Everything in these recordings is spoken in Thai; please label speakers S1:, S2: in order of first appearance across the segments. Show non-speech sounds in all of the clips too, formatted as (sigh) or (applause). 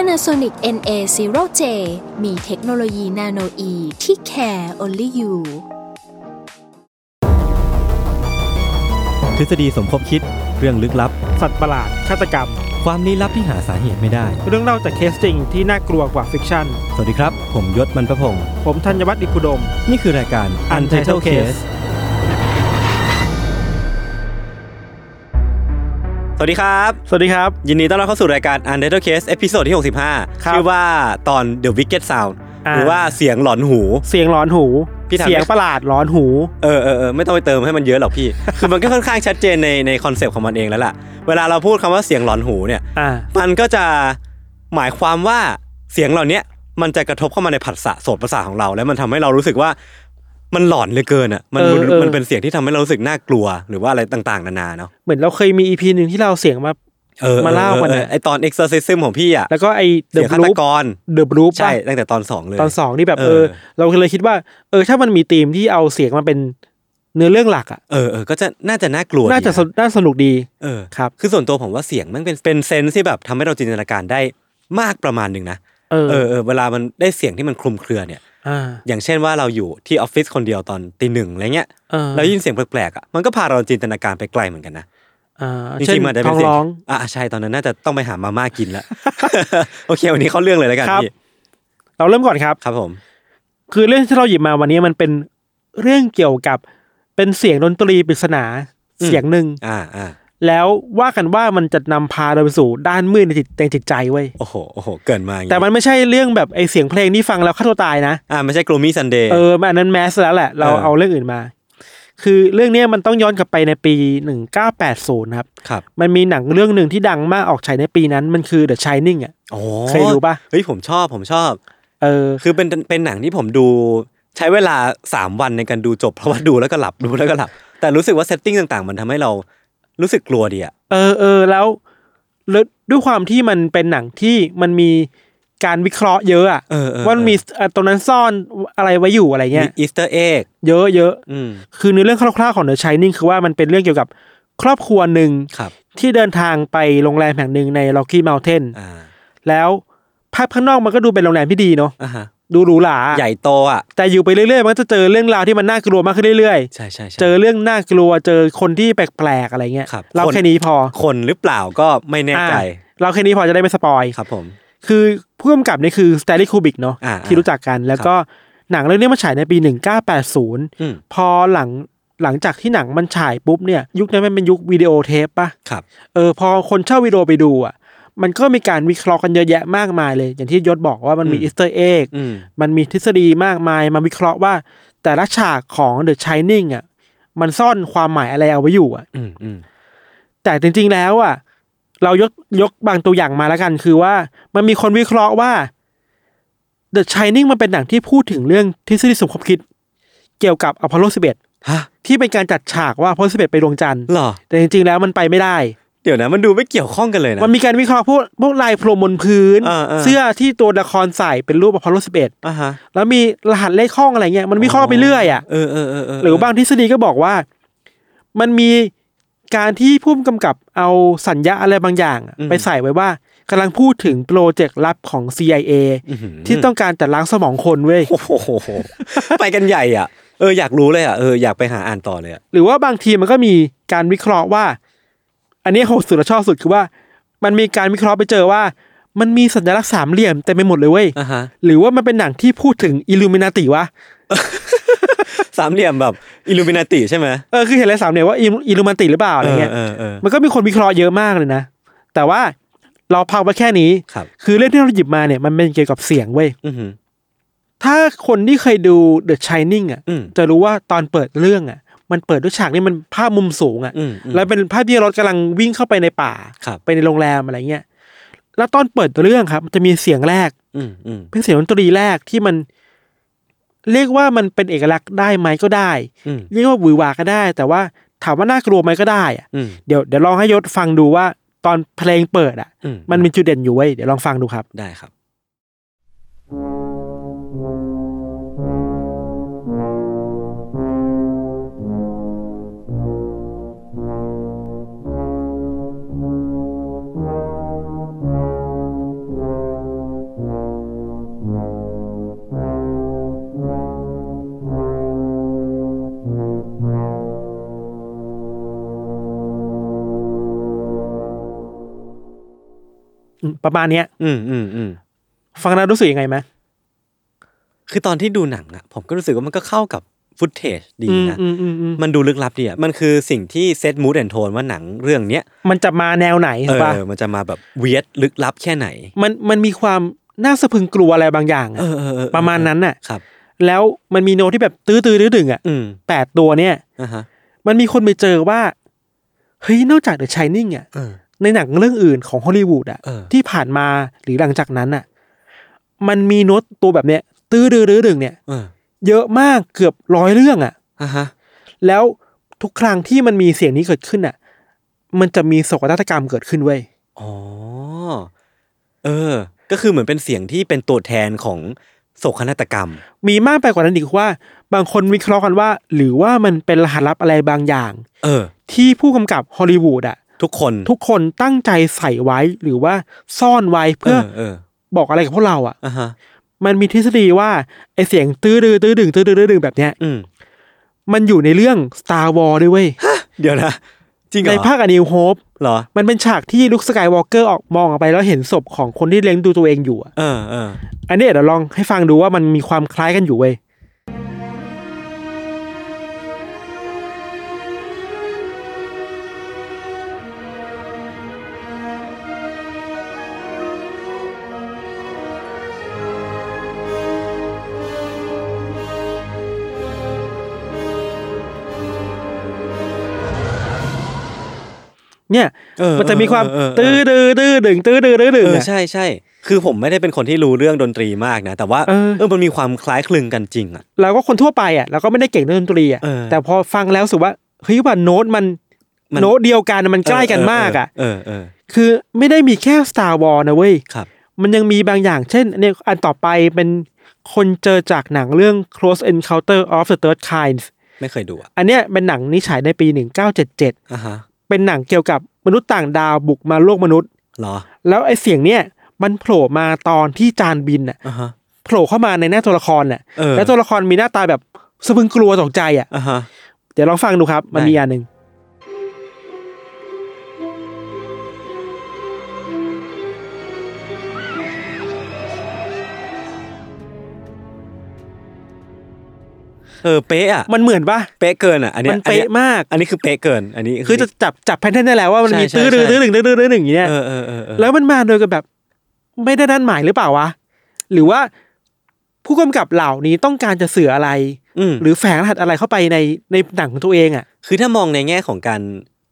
S1: Panasonic NA0J มีเทคโนโลยีนาโนอีที่ care only you
S2: ทฤษฎีสมคบคิดเรื่องลึกลับ
S3: สัตว์ประหลาด ฆาตกรรม
S2: ความลี้ลับที่หาสาเหตุไม่ได้
S3: เรื่องเล่าจากเคสจริงที่น่ากลัวกว่าฟิกชั่น
S2: สวัสดีครับ ผมยศมันประพงศ์
S3: ผมธัญวัฒน์อิพุดม
S2: นี่คือรายการ Untitled Case สวัสดีครับ
S3: สวัสดีครับ
S2: ยินดีต้อนรับเข้าสู่รายการ Untitled Case เอพิโซดที่ 65
S3: ครับ
S2: ชื่อว่าตอน The Wicked Sound
S3: อ่า
S2: หรือว่าเสียงหลอนหู
S3: เสียงร้อนหู
S2: พี่ถาม
S3: เสียงประหลาดร้อนหู
S2: เออเออเออไม่ต้องไปเติมให้มันเยอะหรอกพี่ คือมันก็ค่อนข้างชัดเจนในในคอนเซปต์ของมันเองแล้วล่ะ เวลาเราพูดคำว่าเสียงหลอนหูเนี่ย
S3: อ่า
S2: มันก็จะหมายความว่าเสียงเหล่าเนี้ยมันจะกระทบเข้ามาในผัสสะโสตประสาทของเรา แล้วมันทำให้เรารู้สึกว่ามันหลอนเหลือเกินอ่ะมัน
S3: เออ
S2: มัน
S3: เออ
S2: มันเป็นเสียงที่ทำให้เรารู้สึกน่ากลัวหรือว่าอะไรต่างๆ นานาเนาะ
S3: เหมือนเราเคยมีอีพีหนึ่งที่เราเอาเสียงมา
S2: เออ
S3: มาเล่ากัน
S2: เออเอ
S3: นะ
S2: อไอตอน exorcism ของพี่อ่ะ
S3: แล้วก็ไอเด
S2: เสียง
S3: อะบ
S2: ฆา
S3: ลู
S2: ตกร
S3: เดอะบลู
S2: ใช่ตั้งแต่ตอนสองเลย
S3: ตอนสองนี่แบบเอ
S2: เออ
S3: อเราเลยคิดว่า เออ ถ้ามันมีธีมที่เอาเสียงมาเป็นเนื้อเรื่องหลักอ่ะ
S2: เออเออก็จะน่าจะน่ากลัว
S3: น่าจะ
S2: ดี
S3: สนน่าสนุกดี
S2: เออ
S3: ครับ
S2: คือส่วนตัวผมว่าเสียงมันเป็นเป็นเซนส์ที่แบบทำให้เราจินตนาการได้มากประมาณหนึ่งนะ
S3: เออ
S2: เออเออเวลามันได้เสียงที่มันคลุมเครือเนี่ย
S3: อ่า
S2: อย่างเช่นว่าเราอยู่ที่ออฟฟิศคนเดียวตอนตีหนึ่งอะไรเงี้ย
S3: เออ
S2: แล้วยินเสียงแปลกๆอ่ะมันก็พาเราจินตนาการไปไกลเหมือนกันนะ
S3: อ่า
S2: จ
S3: เช่
S2: ริงๆมันอาจจะ
S3: ท้
S2: เป็
S3: อน ง
S2: เสียง
S3: ร้อง
S2: อ่ะใช่ตอนนั้นน่าจะต้องไปหามาม่ากินละ (laughs) โอเค วันนี้เข้าเรื่องเลยแล้วกัน
S3: ครับ
S2: พี่
S3: เราเริ่มก่อนครับ
S2: ครับผม
S3: คือเรื่องที่เราหยิบมาวันนี้มันเป็นเรื่องเกี่ยวกับเป็นเสียงดนตรีปริศนา
S2: อืม
S3: เสียงหนึ่ง
S2: อ่าอ่า
S3: แล้วว่ากันว่ามันจะนำพาเราไปสู่ด้านมืดในจิตในจิตใจเว้ย
S2: โอ้โหโอ้โหเกินมาอย่างงี้
S3: แต่มันไม่ใช่เรื่องแบบไอเสียงเพลงที่ฟังแล้วฆ่าตัวตายนะ
S2: อ่าไม่ใช่กลูมี่ซันเดย์
S3: เออมันอันนั้นแมสแล้วแหละเรา
S2: เออ
S3: เอาเรื่องอื่นมา คือเรื่องเนี้ยมันต้องย้อนกลับไปในปี 1980ครับ
S2: ครับ
S3: มันมีหนังเรื่องหนึ่งที่ดังมากออกฉายในปีนั้นมันคือ The Shining อ่ะ
S2: โอ้
S3: เคยดูปะ
S2: เฮ้ยผมชอบผมชอบ
S3: เออ
S2: คือเป็นเป็นหนังที่ผมดูใช้เวลาสามวันในการดูจบเพราะว่าดูแล้วก็หลับดูแล้วก็หลับ แต่รู้สึกว่าเซตติ้งต่างๆ มันทำให้เรารู้สึกกลัวดีอ่ะ
S3: เออเออแล้วแล้วด้วยความที่มันเป็นหนังที่มันมีการวิเคราะห์เยอะอ่ะ
S2: เออเออ
S3: ว่ามันมีเอ่อตรงนั้นซ่อนอะไรไว้อยู่อะไรเงี้ย
S2: อีสเตอร์เอ็ก
S3: เยอะเยอะ
S2: อืม
S3: คือในเรื่องคร่าวๆของ The Shining คือว่ามันเป็นเรื่องเกี่ยวกับครอบครัวหนึ่ง
S2: ครับ
S3: ที่เดินทางไปโรงแรมแห่งหนึ่งใน Rocky Mountain
S2: อ่า
S3: แล้วภาพข้างนอกมันก็ดูเป็นโรงแรมที่ดีเนาะ
S2: อ่าฮะ
S3: ดูหรูหรา
S2: ใหญ่โตอ่ะ
S3: แต่อยู่ไปเรื่อยๆ มันก็จะเจอเรื่องราวที่มันน่ากลัวมากขึ้นเรื่อย
S2: ใช่ใช่ใช่
S3: ๆ เจอเรื่องน่ากลัวเจอคนที่แปลกๆอะไรเงี้ย
S2: ครับ
S3: เรา
S2: คน
S3: แค่นี้พอ
S2: คนหรือเปล่าก็ไม่แน่ใจ
S3: อ่ะเราแค่นี้พอจะได้ไม่สปอย
S2: ครับผม
S3: คือผู้กำกับนี่คือส a ต l ี y คูบิกเนาะ
S2: อ่า
S3: ที่รู้จักกันแล้วก็หนังเรื่องนี้มันฉายในปี
S2: อืม
S3: 1980 พอหลังหลังจากที่หนังมันฉายปุ๊บเนี่ย ยุคนั้นมันเป็นยุควิดีโอเทปปะ
S2: ครับ
S3: เออพอคนเช่าวิดีโอไปดูอ่ะมันก็มีการวิเคราะห์กันเยอะแยะมากมายเลย อย่างที่ยศบอกว่ามันมี
S2: อืม
S3: อิสเตอร์เอก
S2: อืม
S3: มันมีทฤษฎีมากมาย มาวิเคราะห์ว่า แต่ละฉากของ The Shining อ่ะมันซ่อนความหมายอะไรเอาไว้อยู่อ่ะ
S2: อืมอืม
S3: แต่จริงๆแล้วอ่ะ เรายกยกบางตัวอย่างมาแล้วกัน คือว่ามันมีคนวิเคราะห์ว่า The Shining มันเป็นหนังที่พูดถึงเรื่องทฤษฎีสมคบคิด เกี่ยวกับอพอลโล
S2: ฮะ
S3: 11 ที่เป็นการจัดฉากว่าอพอลโล11 ไปดวงจันทร์
S2: เหรอ
S3: แต่จริงๆแล้วมันไปไม่ได้
S2: เดี๋ยวนะมันดูไม่เกี่ยวข้องกันเลยนะ
S3: มันมีการวิเคราะห์พวกพวกลายพรมบนพื้น
S2: อ่าๆ
S3: เสื้อที่ตัวละครใส่เป็นรูปอพอลโล
S2: อ่าฮะ
S3: 11 แล้วมีรหัสเลขห้องอะไรเงี้ยมันวิเคราะห์ไปเรื่อยอ่ะ
S2: เออเออเออเออ
S3: หรือบางทฤษฎีก็บอกว่า มันมีการที่ผู้กำกับเอาสัญญาอะไรบางอย่างอะไปใส่ไว้ว่ากำลังพูดถึงโปรเจกต์ลับของ CIA
S2: อื้อหือ
S3: ที่ต้องการจัดล้างสมองคนเว้ย
S2: โอ้โหโหโหไปกันใหญ่อ่ะเอออยากรู้เลยอ่ะเอออยากไปหาอ่านต่อเลยอ่ะ
S3: หรือว่าบางทีมันก็มีการวิเคราะห์ว่า อันนี้โหดสุดและชอบสุดคือว่า มันมีการวิเคราะห์ไปเจอว่า มันมีสัญลักษณ์สามเหลี่ยมเต็มไปหมดเลยเว้ย
S2: อ่าฮะ
S3: หรือว่ามันเป็นหนังที่พูดถึงอิลูมินาติวะ
S2: สามเหลี่ยมแบบอิลูมินาติใช่ไหม
S3: เออคือเห็นอะไรสามเหลี่ยมว่าอิลูมินาติหรือเปล่าอะไรเงี้ย
S2: เออเออเออ
S3: (laughs) มันก็มีคนวิเคราะห์เยอะมากเลยนะ แต่ว่าเราพักไว้แค่นี้
S2: ครับ
S3: คือเรื่องที่เราหยิบมาเนี่ยมันเป็นเกี่ยวกับเสียงเว้ย
S2: อือหือ
S3: ถ้าคนที่เคยดู The Shining อ่ะ
S2: อืม
S3: จะรู้ว่าตอนเปิดเรื่องอ่ะ มันเปิดด้วยฉากนี่มันภาพมุมสูงอ่ะ
S2: อืมอืม
S3: แล้วเป็นภาพที่รถกำลังวิ่งเข้าไปในป่า
S2: ครับ
S3: ไปในโรงแรมอะไรเงี้ย แล้วตอนเปิดเรื่องครับ มันจะมีเสียงแรก
S2: อืมอืม
S3: เป็นเสียงดนตรีแรกที่มัน เรียกว่ามันเป็นเอกลักษณ์ได้ไหมก็ได้
S2: อืม
S3: เรียกว่าหวือหวาก็ได้ แต่ว่าถามว่าน่ากลัวไหมก็ได้อะ
S2: อืม
S3: เดี๋ยวเดี๋ยวลองให้ยศฟังดูว่า ตอนเพลงเปิดอ่ะ
S2: อืม
S3: มันมีจุดเด่นอยู่เว้ยเดี๋ยวลองฟังดูครับ
S2: ได้ครับ
S3: อืมประมาณเนี้ย
S2: อืมอืมอืม
S3: ฟังแล้วรู้สึกยังไงไหม
S2: คือตอนที่ดูหนังอะผมก็รู้สึกว่ามันก็เข้ากับฟุตเทจดี
S3: อืม
S2: นะ
S3: อืมอืมอืม
S2: มันดูลึกลับดีอะมันคือสิ่งที่เซตมูดแอนโทนว่าหนังเรื่องเนี้ย
S3: มันจะมาแนวไหน
S2: เอ
S3: ถูกปะ
S2: อมันจะมาแบบเวียดลึกลับแค่ไหน
S3: มันมันมีความน่าสะพรึงกลัวอะไรบางอย่างอะ
S2: เออเออเออ
S3: ประมาณนั้นน่ะ
S2: ครับ
S3: แล้วมันมีโน้ตที่แบบตื้อตื้อดื้อดึงอ่ะ
S2: อืม
S3: แปดตัวเนี่ย
S2: อ่าฮะ
S3: มันมีคนไปเจอว่าเฮ้ยนอกจากเดอะชายนิ่งอ่ะ
S2: เออ
S3: ในหนังเรื่องอื่นของฮอลลีวูดอ่ะ
S2: เออ
S3: ที่ผ่านมาหรือหลังจากนั้นอ่ะ มันมีโน้ตตัวแบบเนี้ย ตื้อดื้อดื้อดึงเนี่ย
S2: เออ
S3: เยอะมากเกือบร้อยเรื่องอ่ะ
S2: อ่าฮะ
S3: แล้วทุกครั้งที่มันมีเสียงนี้เกิดขึ้นอ่ะ มันจะมีโศกนาฏกรรมเกิดขึ้นเว้ย
S2: อ๋อเออ ก็คือเหมือนเป็นเสียงที่เป็นตัวแทนของโศกนาฏกรรม
S3: มีมากไปกว่านั้นอีกว่า บางคนวิเคราะห์กันว่า หรือว่ามันเป็นรหัสลับอะไรบางอย่าง
S2: เออ
S3: ที่ผู้กำกับฮอลลีวูดอ่ะ
S2: ทุกคน
S3: ทุกคนตั้งใจใส่ไว้หรือว่าซ่อนไว้
S2: เอ
S3: เพื่อ
S2: อเออ
S3: บอกอะไรกับพวกเราอ่ะ
S2: อ่าฮะ
S3: มันมีทฤษฎีว่าไอเสียงตื้อดื้อตื้อดึงตื้อดื้อตื้อดึงแบบเนี้ย
S2: อืม
S3: มันอยู่ในเรื่อง Star Wars ด้วยเว้ย
S2: เดี๋ยวนะ จริงเหรอ
S3: ในภาคอนิวโฮป
S2: เหรอ
S3: มันเป็นฉากที่ลุคสกายวอล์กเกอร์ออกมองออกไปแล้วเห็นศพของคนที่เลี้ยงดูตัวเองอยู่อะ
S2: เออเออ
S3: อันนี้เดี๋ยวลองให้ฟังดูว่ามันมีความคล้ายกันอยู่เว้ย เนี่ย
S2: เออ
S3: มันจะมีความ
S2: เออเออเออ
S3: ตื้อดื้อดื้อดึงตื้อดื้อดื้อดึง
S2: เออ
S3: อะ
S2: ใช่ใช่ คือผมไม่ได้เป็นคนที่รู้เรื่องดนตรีมากนะ แต่ว่า
S3: เออ
S2: เออมันมีความคล้ายคลึงกันจริงอ่ะ
S3: เราก็คนทั่วไปอ่ะเราก็ไม่ได้เก่งเรื่องดนตรีอ่ะ
S2: เออ
S3: แต่พอฟังแล้วรู้สึกว่าเฮ้ยว่าโน้ตมัน
S2: มั
S3: โน้ตเดียวกันมันใกล้กันมากอ่ะ
S2: เออเออเออ
S3: คือไม่ได้มีแค่ Star War นะเว้ย
S2: ครับ
S3: มันยังมีบางอย่างเช่นอันเนี่ยอันต่อไปเป็นคนเจอจากหนังเรื่อง Close Encounter of the Third Kind
S2: ไม่เคยดูอ่ะ
S3: อันเนี้ยเป็นหนังนิฉายในปี 1977
S2: อ่าฮะ
S3: เป็นหนังเกี่ยวกับมนุษย์ต่างดาวบุกมาโลกมนุษย์
S2: เหรอ
S3: แล้วไอ้เสียงเนี่ยมันโผล่มาตอนที่จานบินอ่ะ
S2: อ่าฮะ
S3: โผล่เข้ามาในหน้าตัวละครน่ะ
S2: เออ
S3: แล้วตัวละครมีหน้าตาแบบสะพรึงกลัวตกใจอ่ะ
S2: อ่าฮะ
S3: เดี๋ยวลองฟังดูครับ มัน
S2: ได้
S3: มีอันหนึ่ง
S2: เออเป๊ะอ่ะ
S3: มันเหมือนปะ
S2: เป๊ะเกินอ่ะ อันเนี้ย
S3: มัน
S2: อัน
S3: เป๊ะ
S2: เนี้ย
S3: มาก
S2: อันนี้คือเป๊ะเกิน อันนี้
S3: คือจะจับจับแพทเทิร์นได้แล้วว่ามันมี
S2: ใช่ใช่
S3: ตื้อดื้อ
S2: ใช่
S3: ตื้อหนึ่งตื้อดื้อตื้อหนึ่งอย่างเงี้ย
S2: เออเออเออเออ
S3: แล้วมันมาโดยกับแบบ ไม่ได้นัดหมายหรือเปล่าวะ หรือว่าผู้กำกับเหล่านี้ต้องการจะสื่ออะไร
S2: อืม
S3: หรือแฝงรหัสอะไรเข้าไปในในหนังของตัวเองอ่ะ
S2: คือถ้ามองในแง่ของการ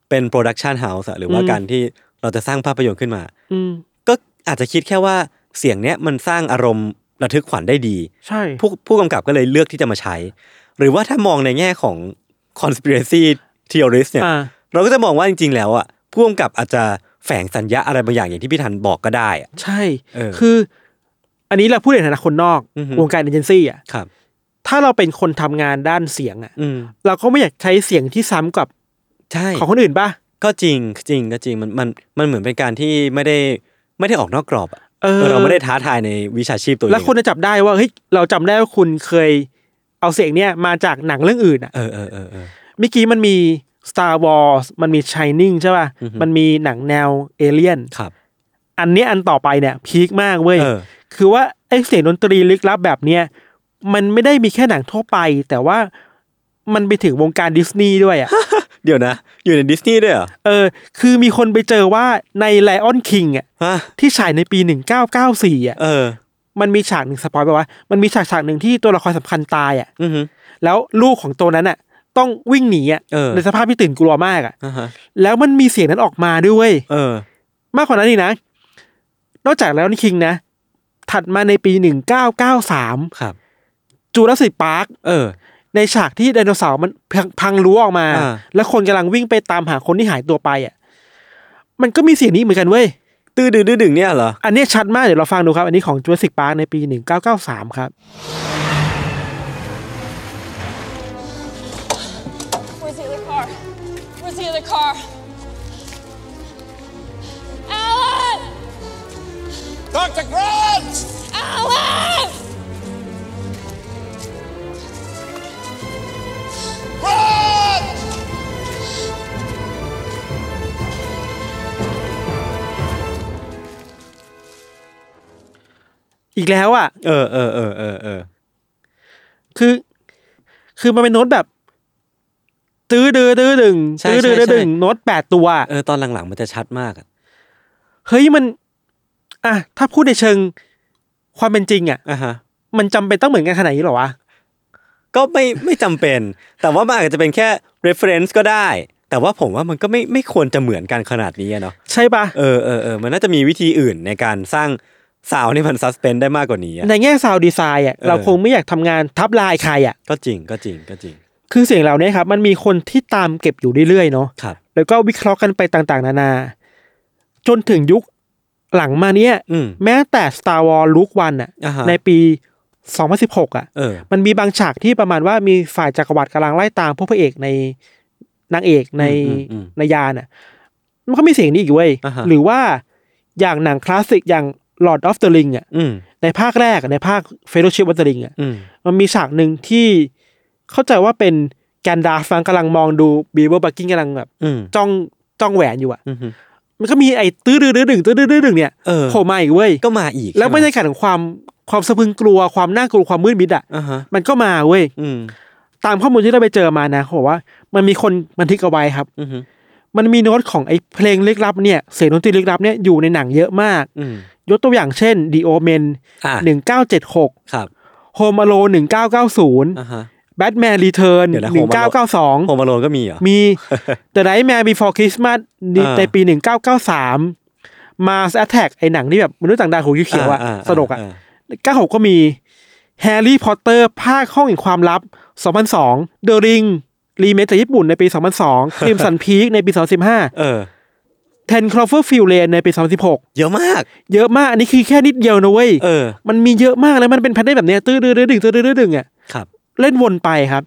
S2: เป็นโปรดักชันเฮาส์หรือว่า
S3: อืม
S2: การที่เราจะสร้างภาพยนตร์ขึ้นมา
S3: อืม
S2: ก็อาจจะคิดแค่ว่าเสียงเนี้ยมันสร้างอารมณ์ระทึกขวัญได้ดี
S3: ใช่
S2: ผู้ผู้กำกับก็เลยเลือกที่จะมาใช้ หรือว่าถ้ามองในแง่ของ conspiracy theorist เนี่ย
S3: อ่า
S2: เราก็จะมองว่าจริง ๆ แล้วอ่ะผู้กำกับอาจจะแฝงสัญญาอะไรบางอย่างอย่างที่พี่ทันบอกก็ได้อะ
S3: ใช่
S2: เออ
S3: คือ อันนี้เราพูดในฐานะคนนอก
S2: อือหือ
S3: วงการเอเจนซี่อ่ะ
S2: ครับ
S3: ถ้าเราเป็นคนทำงานด้านเสียงอ่ะ
S2: อืม
S3: เราก็ไม่อยากใช้เสียงที่ซ้ำกับ
S2: ใช่
S3: ของคนอื่นป่ะ
S2: ก็จริงจริงก็จริงมันมันมันเหมือนเป็นการที่ไม่ได้ไม่ได้ออกนอกกรอบอะ
S3: เออ
S2: เออเราไม่ได้ท้าทายในวิชาชีพตัวเอง
S3: แล้วคนจะจับได้ว่าเฮ้ยเราจำได้ว่าคุณเคยเอาเสียงเนี่ยมาจากหนังเรื่องอื่นอ่ะ
S2: เออเออเออเออ
S3: เมื่อกี้มันมี Star Wars มันมี Shining ใช่ป่ะ
S2: อือฮึ
S3: มันมีหนังแนวเอเลี่ยน
S2: ครับ
S3: อันเนี้ยอันต่อไปเนี่ยพีคมากเว้ย
S2: เออ
S3: คือว่าไอ้เสียงดนตรีลึกลับแบบเนี้ยมันไม่ได้มีแค่หนังทั่วไป แต่ว่ามันไปถึงวงการดิสนีย์ด้วยอ่ะ
S2: เดี๋ยวนะ อยู่ในดิสนีย์ด้วยเหรอ
S3: เออ คือมีคนไปเจอว่าใน Lion King อ่ะ
S2: ฮะ
S3: ที่ฉายในปี 1994อ่ะ
S2: เออ
S3: มันมีฉากหนึ่งสปอยไปว่ามันมีฉากฉากหนึ่งที่ตัวละครสำคัญตายอ่ะ
S2: อือฮึ
S3: แล้วลูกของตัวนั้นอ่ะ ต้องวิ่งหนีอ่ะ
S2: เออ
S3: ในสภาพที่ตื่นกลัวมากอ่ะ
S2: อ่าฮะ
S3: แล้วมันมีเสียงนั้นออกมาด้วยเวย
S2: เออ
S3: มากกว่านั้นนี่นะ นอกจากแล้วนี่คิงนะ ถัดมาในปี 1993
S2: ครับ
S3: จูราสสิกพาร์ค
S2: เออ
S3: ในฉากที่ไดโนเสาร์มันพังพังรั้วออกมา
S2: อ่า
S3: แล้วคนกำลังวิ่งไปตามหาคนที่หายตัวไปอ่ะ มันก็มีเสียงนี้เหมือนกันเว้ย
S2: ตื้อดื้อดื้อดึงเนี่ยเหรอ
S3: อันเนี้ยชัดมาก เดี๋ยวเราฟังดูครับ อันนี้ของจูราสสิกพาร์คในปี 1993 ครับ
S4: Where's the other car? Where's the other car? Alan!
S5: Dr. Grant!
S4: Alan!
S5: Grant!
S3: อีกแล้วอ่ะ
S2: เออเออเออเออเออ
S3: คือ คือมันเป็นโน้ตแบบ ตื้อดื้อดื้อดึงตื้อดื้อดื้อดึงโน้ตแปดตัว
S2: เออตอนหลังๆมันจะชัดมากอะ
S3: เฮ้ยมัน อ่ะถ้าพูดในเชิงความเป็นจริงอ่ะ
S2: อ่ะฮะ
S3: มันจำเป็นต้องเหมือนกันขนาดนี้เหรอวะ
S2: ก็ไม่ไม่จำเป็น แต่ว่ามันอาจจะเป็นแค่ reference ก็ได้ แต่ว่าผมว่ามันก็ไม่ไม่ควรจะเหมือนกันขนาดนี้อะเนาะ
S3: ใช่ปะ
S2: เออเออเออมันน่าจะมีวิธีอื่นในการสร้างสาวนี่มันซัสเพนได้มากกว่านี้อะ
S3: ในแง่ซาวดีไซน์อ่ะ
S2: เออ
S3: เราคงไม่อยากทำงานทับลายใครอ่ะ
S2: ก็จริงก็จริงก็จริง
S3: คือเสียงเหล่านี้ครับ มันมีคนที่ตามเก็บอยู่เรื่อยๆเนาะ
S2: ครับ
S3: แล้วก็วิเคราะห์กันไปต่างๆ นานา จนถึงยุคหลังมาเนี้ย
S2: อืม
S3: แม้แต่ Star Wars ลุกวันอ่ะ
S2: อ่าฮะ
S3: ในปี 2016 อ่ะ
S2: เออ
S3: มันมีบางฉากที่ประมาณว่ามีฝ่ายจักรวรรดิกำลังไล่ตามพวกพระเอกในนางเอกใน
S2: อืมอืมอืม
S3: ในยานอ่ะ มันก็มีเสียงนี้อีกเว้ย
S2: อ่าฮะ
S3: หรือว่าอย่างหนังคลาสสิกอย่าง Lord of the Ring อ่ะ
S2: อืม
S3: ในภาคแรกอะในภาค Fellowship of the Ring อ่ะ
S2: อืม
S3: มันมีฉากหนึ่งที่เข้าใจว่าเป็นแกนดาฟังกำลังมองดูบีเบอร์บักกิ้งกำลังแบบ
S2: อืม
S3: จ้องจ้องแหวนอยู่อ่ะ
S2: อืม
S3: มันก็มีไอ้ตื้อดื้อดื้อดึงตื้อดื้อดื้อดึงเนี่ย
S2: เออ
S3: โผล่มาอีกเว้ย
S2: ก็มาอีก
S3: แล้วบรร
S2: ใช่
S3: ยากาศของความความสะพรึงกลัวความน่ากลัวความมืดมิดอ่ะ
S2: อ่ะฮะ
S3: มันก็มาเว้ย
S2: อืม
S3: ตามข้อมูลที่เราไปเจอมานะเขาบอกว่ามันมีคนบันทึกเอาไว้ครับ
S2: อืม
S3: มันมีโน้ตของไอ้เพลงลึกลับเนี่ยเสียงดนตรีลึกลับเนี่ยอยู่ในหนังเยอะมาก
S2: อืม
S3: ยกตัวอย่างเช่น The Omen
S2: อ่ะ
S3: 1976
S2: ครับ
S3: Home Alone
S2: อ่ะ
S3: 1990
S2: ฮะ
S3: Batman Return
S2: เดี๋ยวนะ Home Alone โฮ
S3: 1992
S2: มาโลนก็มีเหรอ
S3: มี
S2: (laughs)
S3: The Nightmare Before Christmas นี่
S2: อ่า
S3: ในปี 1993 Mars Attack ไอ้หนังที่แบบมนุษย์ต่างดาวหูเขียวๆอ่ะสนุกอ่ะ96 ก็มี Harry Potter ภาคห้องแห่งความลับ 2002 The Ring รีเมคจากญี่ปุ่นในปี 2002 Crimson Peak ในปี 2015
S2: เออ
S3: Ten Cloverfield Lane ในปี 2016
S2: เยอะมาก
S3: เยอะมาก อันนี้คือแค่นิดเดียวนะเว้ย
S2: เออ
S3: มันมีเยอะมากแล้วมันเป็นแพทเทิร์นแบบเนี้ยตื้อดื้อดื้อดึงตื้อดื้อดื้อดึงอ่ะ
S2: ครับ
S3: เล่นวนไปครับ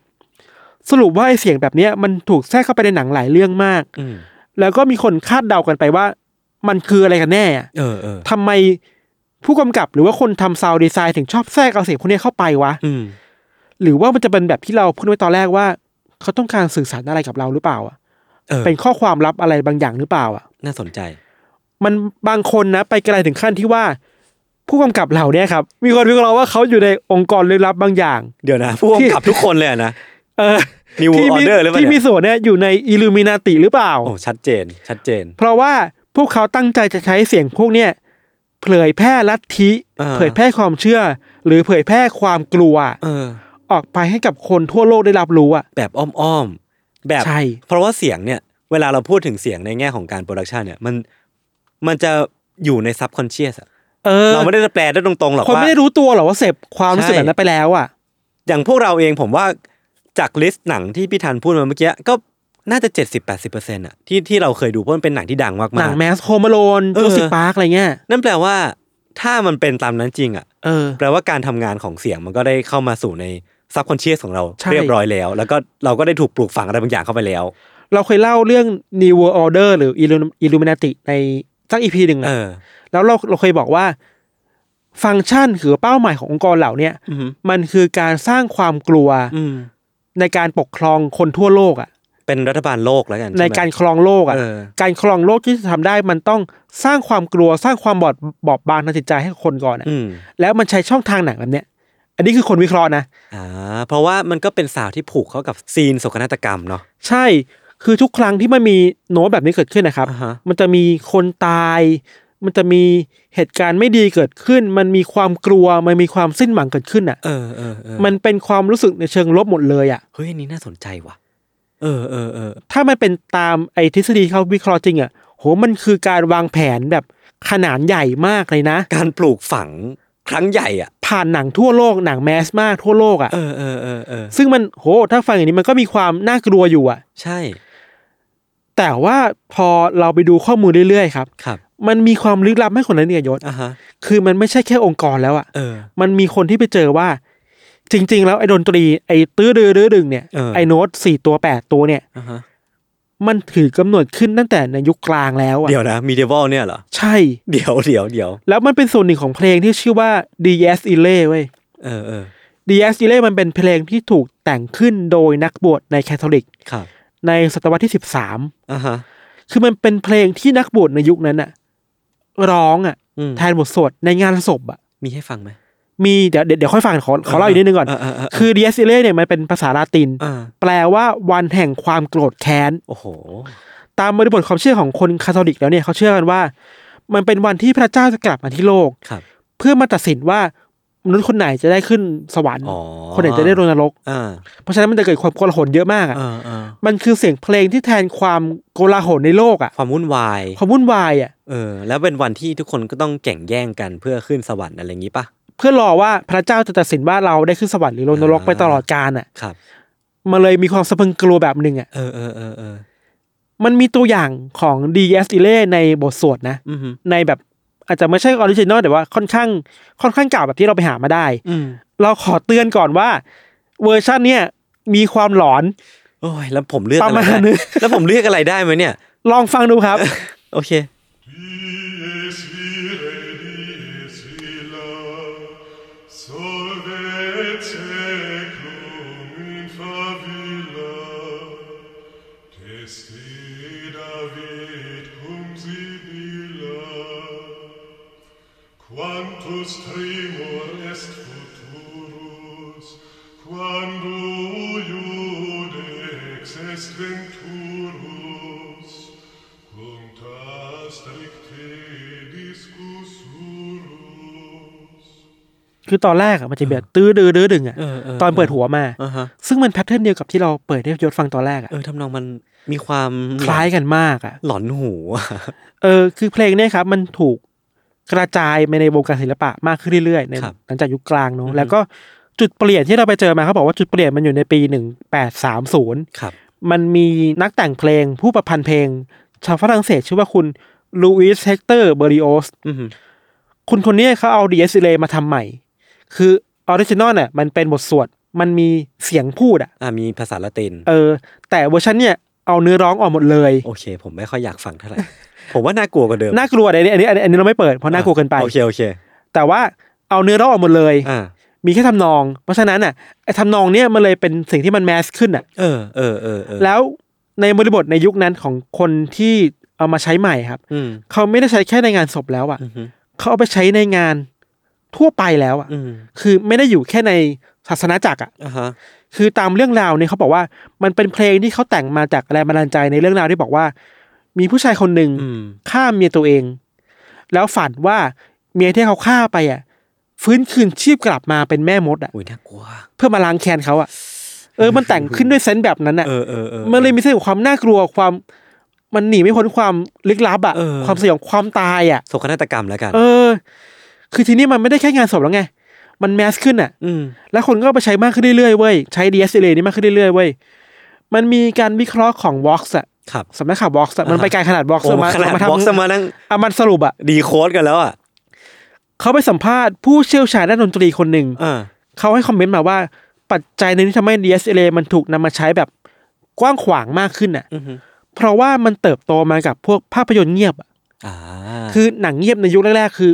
S3: สรุปว่าไอเสียงแบบเนี้ยมันถูกแทรกเข้าไปในหนังหลายเรื่องมาก
S2: อืม
S3: แล้วก็มีคนคาดเดากันไปว่า มันคืออะไรกันแน่อะ
S2: เออเออ
S3: ทำไมผู้กำกับหรือว่าคนทำซาวด์ดีไซน์ถึงชอบแทรกเอาเสียงพวกเนี้ยเข้าไปวะ
S2: อืม
S3: หรือว่ามันจะเป็นแบบที่เราพูดไว้ตอนแรกว่า เขาต้องการสื่อสารอะไรกับเราหรือเปล่าอ่ะ
S2: เออ
S3: เป็นข้อความลับอะไรบางอย่างหรือเปล่าอ่ะ
S2: น่าสนใจ
S3: มันบางคนนะ ไปไกลถึงขั้นที่ว่า ผู้กำกับเหล่าเนี้ยครับ มีคนวิเคราะห์ว่าเขาอยู่ในองค์กรลึกลับบางอย่าง
S2: เดี๋ยวนะผู้กำกับทุกคนเลยอะนะ
S3: เออ
S2: New
S3: ที่มี
S2: Order หรือเปล่า
S3: ที่มี
S2: เนี่ย
S3: ส่วนเนี่ยอยู่ในอิลูมินาติหรือเปล่า
S2: โอ้ชัดเจน ชัดเจน
S3: เพราะว่าพวกเขาตั้งใจจะใช้เสียงพวกเนี้ยเผยแพร่ลัทธิ
S2: อ่า
S3: เผยแพร่ความเชื่อ หรือเผยแพร่ความกลัว
S2: เออ
S3: ออกไปให้กับคนทั่วโลกได้รับรู้อ่ะ
S2: แบบอ้อมๆ แบบ
S3: ใช่
S2: เพราะว่าเสียงเนี่ย เวลาเราพูดถึงเสียงในแง่ของการโปรดักชันเนี่ยมันมันจะอยู่ในซับคอนเชียส
S3: เออ
S2: เราไม่ได้แปลได้ตรงๆหรอก
S3: คน
S2: ว่า
S3: ไม่ได้รู้ตัวหรอกว่าเสพความรู้สึกแบบนั้นไปแล้วอ่ะ
S2: อย่างพวกเราเองผมว่าจากลิสต์หนังที่พี่ธันพูดมาเมื่อกี้ ก็น่าจะ 70-80%อ่ะที่ที่เราเคยดูเพราะมันเป็นหนังที่ดังมากๆ
S3: หนังแมสโคมาโลน
S2: เออ
S3: จูสิกพาร์กอะไรเงี้ย
S2: นั่นแปลว่าถ้ามันเป็นตามนั้นจริงอ่ะ
S3: เออ
S2: แปลว่าการทำงานของเสียงมันก็ได้เข้ามาสู่ในซับคอนเชียสของเรา
S3: ใช่
S2: เรียบร้อยแล้ว แล้วก็เราก็ได้ถูกปลูกฝังอะไรบางอย่างเข้าไปแล้ว
S3: เราเคยเล่าเรื่อง New World Order หรือ Illum- Illuminati ในสักอีพีหนึ่ง
S2: เอ
S3: อะ
S2: อ
S3: แล้วเราเราเคยบอกว่า ฟังก์ชันคือเป้าหมายขององค์กรเหล่าเนี้ย
S2: อือฮึ
S3: มันคือการสร้างความกลัว
S2: อืม
S3: ในการปกครองคนทั่วโลกอะ
S2: เป็นรัฐบาลโลกแล้วกันช่ไห
S3: ใน
S2: ม
S3: การครองโลกอะ
S2: เออ
S3: การครองโลกที่จะทำได้มันต้องสร้างความกลัวสร้างความบอดบอบบางทางจิตใจให้กับคนก่อนอะ
S2: อืม
S3: แล้วมันใช้ช่องทางหนังแบบเนี้ย อันนี้คือคนวิเคราะห์นะ
S2: อ่าเพราะว่ามันก็เป็นสาวที่ผูกเข้ากับซีนโศกนาฏกรรมเนาะ
S3: ใช่คือทุกครั้งที่มันมีโน้ตแบบนี้เกิดขึ้นนะครับ
S2: อ่าฮะ
S3: มันจะมีคนตาย มันจะมีเหตุการณ์ไม่ดีเกิดขึ้น มันมีความกลัว มันมีความสิ้นหวังเกิดขึ้นอ่ะ
S2: เออเออเออ
S3: มันเป็นความรู้สึกในเชิงลบหมดเลยอ่ะ
S2: เฮ้ยอันนี้น่าสนใจว่ะ เออเออเออ
S3: ถ้ามันเป็นตามไอ้ทฤษฎีที่เขาวิเคราะห์จริงอ่ะ โห มันคือการวางแผนแบบขนาดใหญ่มากเลยนะ
S2: การปลูกฝัง ครั้งใหญ่อ่ะ
S3: ผ่านหนังทั่วโลกหนังแมสมากทั่วโลกอ่ะ
S2: เออเออเออเออ
S3: ซึ่งมันโหถ้าฟังอย่างนี้มันก็มีความน่ากลัวอยู่อ่ะ
S2: ใช่
S3: แต่ว่าพอเราไปดูข้อมูลเรื่อยๆครับ
S2: ครับ
S3: มันมีความลึกลับไม่คนนั้นเนี่ยยศ
S2: อ่ะฮะ
S3: คือมันไม่ใช่แค่องค์กรแล้วอ่ะ
S2: เออ
S3: มันมีคนที่ไปเจอว่า จริง ๆ แล้วไอ้ดนตรีไอ้ตื้อดื้อดื้อดึงเนี่ย
S2: เออ
S3: ไอ้โน้ตสี่ตัวแปดตัวเนี่ย
S2: อ่ะฮะ
S3: มันถือกำเนิดขึ้นตั้งแต่ในยุคกลางแล้วอ่ะ
S2: เดี๋ยวนะมีเดวอลเนี่ยเหรอ
S3: ใช่
S2: เดี๋ยวเดี๋ยวเดี๋ยว
S3: แล้วมันเป็นส่วนหนึ่งของเพลงที่ชื่อว่า D.S. i l e เว้ย
S2: เออเออ
S3: D.S. i l e มันเป็นเพลงที่ถูกแต่งขึ้นโดยนักบวชในแคทอลิก
S2: ครับ
S3: ในศตวรรษที่
S2: อ่ะฮะ
S3: 13 คือมันเป็นเพลงที่นักบวชในยุคนั้นอ่ะ ร้องอ่ะ
S2: อืม
S3: แทนบทสวดในงานศพอ่ะ
S2: มีให้ฟังไหม
S3: มีเดี๋ยวเดี๋ยวเดี๋ยวค่อยฟังขอขอเล่าอีกนิดนึงก่อน
S2: เออเออเออเออ
S3: คือ D.S. i l e เนี่ยมันเป็นภาษาลาติน
S2: อ่า
S3: แปลว่าวันแห่งความโกรธแค้น
S2: โอ้โห
S3: ตามบริบทความเชื่อของคนคาทอลิกแล้วเนี่ยเขาเชื่อกันว่า มันเป็นวันที่พระเจ้าจะกลับมาที่โลก
S2: ครับ
S3: เพื่อมาตัดสินว่ามนุษย์คนไหนจะได้ขึ้นสวรรค์
S2: อ๋อ
S3: คนไหนจะได้ลงนรก
S2: อ่า
S3: เพราะฉะนั้นมันจะเกิดความโกลาหลเยอะมากอ่ะ
S2: อ่าอ่า
S3: มันคือเสียงเพลงที่แทนความโกลาหลในโลกอ่ะ
S2: ความวุ่นวาย
S3: ความวุ่นวายอ่ะ
S2: เออ แล้วเป็นวันที่ทุกคนก็ต้องแข่งแย่งกันเพื่อขึ้นสวรรค์อะไรอย่างนี้ปะ
S3: เพื่อรอว่าพระเจ้าจะตัดสินว่าเราได้ขึ้นสวรรค์หรือลงนรก
S2: อ่า
S3: ไปตลอดกาลอ่ะ
S2: ครับ
S3: มันเลยมีความสะพรึงกลัวแบบหนึ่งอ่ะ
S2: เออเออเออเออ
S3: มันมีตัวอย่างของ d s เล่ในบทสวดนะ
S2: อืมฮึ
S3: ในแบบอาจจะไม่ใช่ออริจินอลแต่ว่าค่อนข้างค่อนข้างเก่าแบบที่เราไปหามาได้
S2: อืม
S3: เราขอเตือนก่อนว่าเวอร์ชันเนี่ยมีความหลอน
S2: โอ้ยแล้วผมเลือกอะไร
S3: ประมา
S2: ได้
S3: ณนึง
S2: (laughs) แล้วผมเลือกอะไรได้ไหมเนี่ย
S3: ลองฟังดู
S2: (laughs)
S3: ครับ
S2: โอเค
S6: David cum sibilla Quantus tremor est futurus, quando iudex est venturus, cum tas stricte discussurus.
S3: คือตอนแรกอะมันจะแบบตื้อดื้อดื้อดึงอะ
S2: เออเออ
S3: ตอนเปิดหัวมา
S2: อ่าฮะ
S3: ซึ่งมันแพทเทิร์นเดียวกับที่เราเปิดให้ยศฟังตอนแรกอะ
S2: เออทำนองมันมีความ
S3: คล้ายกันมากอะ
S2: หลอนหูอะ
S3: เออคือเพลงเนี่ยครับ มันถูกกระจายไปในวงการศิลปะมากขึ้นเรื่อยๆในหลังจากยุคกลางเนอะแล้วก็จุดเปลี่ยนที่เราไปเจอมาเขาบอกว่าจุดเปลี่ยนมันอยู่ในปีหนึ่งแปดสามศูนย์
S2: ครับ
S3: มันมีนักแต่งเพลงผู้ประพันธ์เพลง ชาวฝรั่งเศสชื่อว่าคุณลูอิสเฮกเตอร์เบริโอส
S2: อือหือ
S3: คุณคนนี้เขาเอาดีเอสเลมาทำใหม่ คือออริจินอลเนี่ยมันเป็นบทสวด มันมีเสียงพูดอ่ะ
S2: อ่ามีภาษาละติน
S3: เออ แต่เวอร์ชันเนี่ยเอาเนื้อร้องออกหมดเลย
S2: โอเค ผมไม่ค่อยอยากฟังเท่าไห (laughs) ร่ ผมว่าน่ากลัวกว่าเดิม
S3: น่ากลัวอันนี้อันนี้อันนี้อันนี้เราไม่เปิดเพราะน่ากลัวเกินไป
S2: โอเคโอเค
S3: แต่ว่าเอาเนื้อร้องออกหมดเลย
S2: อ่า
S3: มีแค่ทำนอง เพราะฉะนั้นอ่ะไอ้ทำนองเนี่ยมันเลยเป็นสิ่งที่มันแมสขึ้นอ่ะ
S2: เออเออเออเออ
S3: แล้วในบริบทในยุคนั้นของคนที่เอามาใช้ใหม่ครับ
S2: อืม
S3: เขาไม่ได้ใช้แค่ในงานศพแล้วอะ่ะ
S2: อือฮึ
S3: เขาเอาไปใช้ในงานทั่วไปแล้วอะ่ะ
S2: อืม
S3: คือไม่ได้อยู่แค่ในศาสนาจักรอะ่ะ
S2: อ่าฮะ
S3: คือตามเรื่องราวเนี่ยเขาบอกว่ามันเป็นเพลงที่เขาแต่งมาจากแรงบันดาลใจในเรื่องราวที่บอกว่า มีผู้ชายคนหนึ่ง
S2: อืม
S3: ฆ่าเมียตัวเอง แล้วฝันว่าเมียที่เขาฆ่าไปอะ่ะฟื้นคืนชีพกลับมาเป็นแม่มดอะ่ะ
S2: อุ้ยน่ากลัว
S3: เพื่อมาล้างแค้นเขาอะ่ะ เออมันแต่งขึ้นด้วยเซนส์แบบนั้นอ่ะ
S2: เออเออเออ
S3: มันเลยมีเส้นของความน่ากลัวความ มันหนีไม่พ้นความลึกลับอ่ะ
S2: เออ
S3: ความสยองความตายอ่ะ
S2: โศกนาฏกรรมแล้วกัน
S3: เออ คือทีนี้มันไม่ได้แค่งานศพแล้วไง มันแมสขึ้นอ่ะ
S2: อืม
S3: แล้วคนก็เอาไปใช้มากขึ้นเรื่อยๆเว้ยใช้ DSLA นี่มากขึ้นเรื่อยๆเว้ยมันมีการวิเคราะห์ของ Vox อ่ะ
S2: ครับ
S3: สำนักข่าว Vox อ่ะมันไปไกลขนาด Vox
S2: โอ้
S3: เอมา
S2: ขนาด
S3: เอมาทำ
S2: บ็อกซ์มานั่ง
S3: เอามันสรุปอ่ะ
S2: ดีโค้ดกันแล้วอ่ะ
S3: เขาไปสัมภาษณ์ผู้เชี่ยวชาญด้านดนตรีคนหนึ่ง
S2: อ่า
S3: เขาให้คอมเมนต์มาว่าปัจจัยหนึงที่ทำให้ DSLA มันถูกนำมาใช้แบบกว้างขวางมากขึ้นอ่ะ
S2: อือฮึ
S3: เพราะว่ามันเติบโตมากับพวกภาพยนตร์เงียบอะ
S2: อ่า
S3: คือหนังเงียบในยุคแรกๆ คือ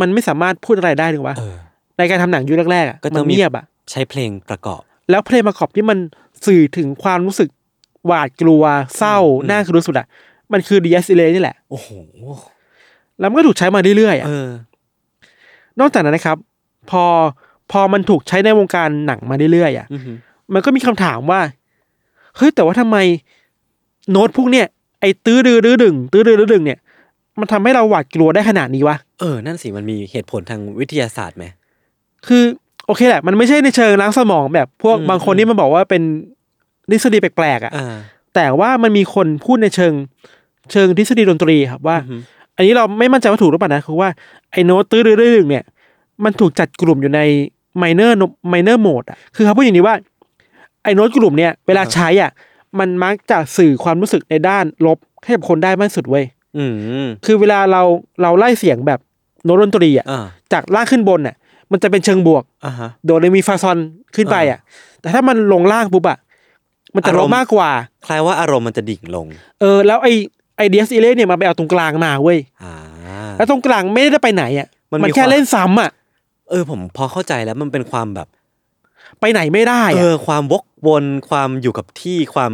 S3: มันไม่สามารถพูดอะไรได้หรือวะ
S2: เออ
S3: ในการทำหนังยุคแรกๆอะ
S2: ก็
S3: มั
S2: ต้อน งมี
S3: เงียบอะ
S2: ใช้เพลงประกอบ
S3: แล้วเพลงประกอบที่มันสื่อถึงความรู้สึกหวาดกลัวเศร้าน่ากลัวสุดอะมันคือ d s เ a นี่แหละ
S2: โอ้โห
S3: แล้วมันก็ถูกใช้มาเรื่อยๆอะ
S2: เออ
S3: นอกจากนั้นนะครับ พอพอมันถูกใช้ในวงการหนังมาเรื่อยๆอะ
S2: อือฮึ
S3: มันก็มีคำถามว่าเฮ้ยแต่ว่าทำไมโน้ตพวกเนี้ยไอ้ตื้อดื้อดื้อดึงตื้อดื้อดื้อดึงเนี่ย มันทำให้เราหวาดกลัวได้ขนาดนี้วะ
S2: เออ นั่นสิ มันมีเหตุผลทางวิทยาศาสตร์ไหม
S3: คือโอเคแหละ มันไม่ใช่ในเชิงล้างสมองแบบพวก
S2: อืม
S3: บางคนที่มันบอกว่าเป็นทฤษฎีแปลกๆอ่ะ
S2: อ่า
S3: แต่ว่ามันมีคนพูดในเชิงเชิงทฤษฎีดนตรีครับว่า อันนี้เราไม่มั่นใจว่าถูกหรือเปล่านะคือว่าไอ้โน้ตตื้อเรื่อยๆเนี่ย มันถูกจัดกลุ่มอยู่ในไมเนอร์ไมเนอร์โหมดอ่ะคือเขาพูดอย่างนี้ว่า ไอ้โน้ตกลุ่มเนี่ยเวลาใช้อ่ะมันมักจะสื่อความรู้สึกในด้านลบให้กับคนได้มากที่สุดเว้ย
S2: อืม
S3: คือเวลาเราเราไล่เสียงแบบโน้ตดนตรีอ่ะ
S2: อ่า
S3: จากล่างขึ้นบนอ่ะมันจะเป็นเชิงบวก
S2: อ่าฮะ
S3: โดเรมีฟาซอนขึ้นไปอ่ะ แต่ถ้ามันลงล่างปุ๊บอ่ะ มันจะล
S2: อาร
S3: บ
S2: มณ์
S3: มากกว่า
S2: คล้ายว่าอารมณ์มันจะดิ่งลง
S3: เออ แล้วไอไอเดียสเอเลเนี่ยมันไปเอาตรงกลางมาเว้ย
S2: อ่า
S3: แล้วตรงกลางไม่ได้ไปไหนอ่ะ
S2: มันมี
S3: มันแค่
S2: ความ
S3: เล่นซ้ำอ่ะ
S2: เออ ผมพอเข้าใจแล้วมันเป็นความแบบ
S3: ไปไหนไม่ได้
S2: เอ
S3: อ่ะ
S2: อ ความวกวนความอยู่กับที่ความ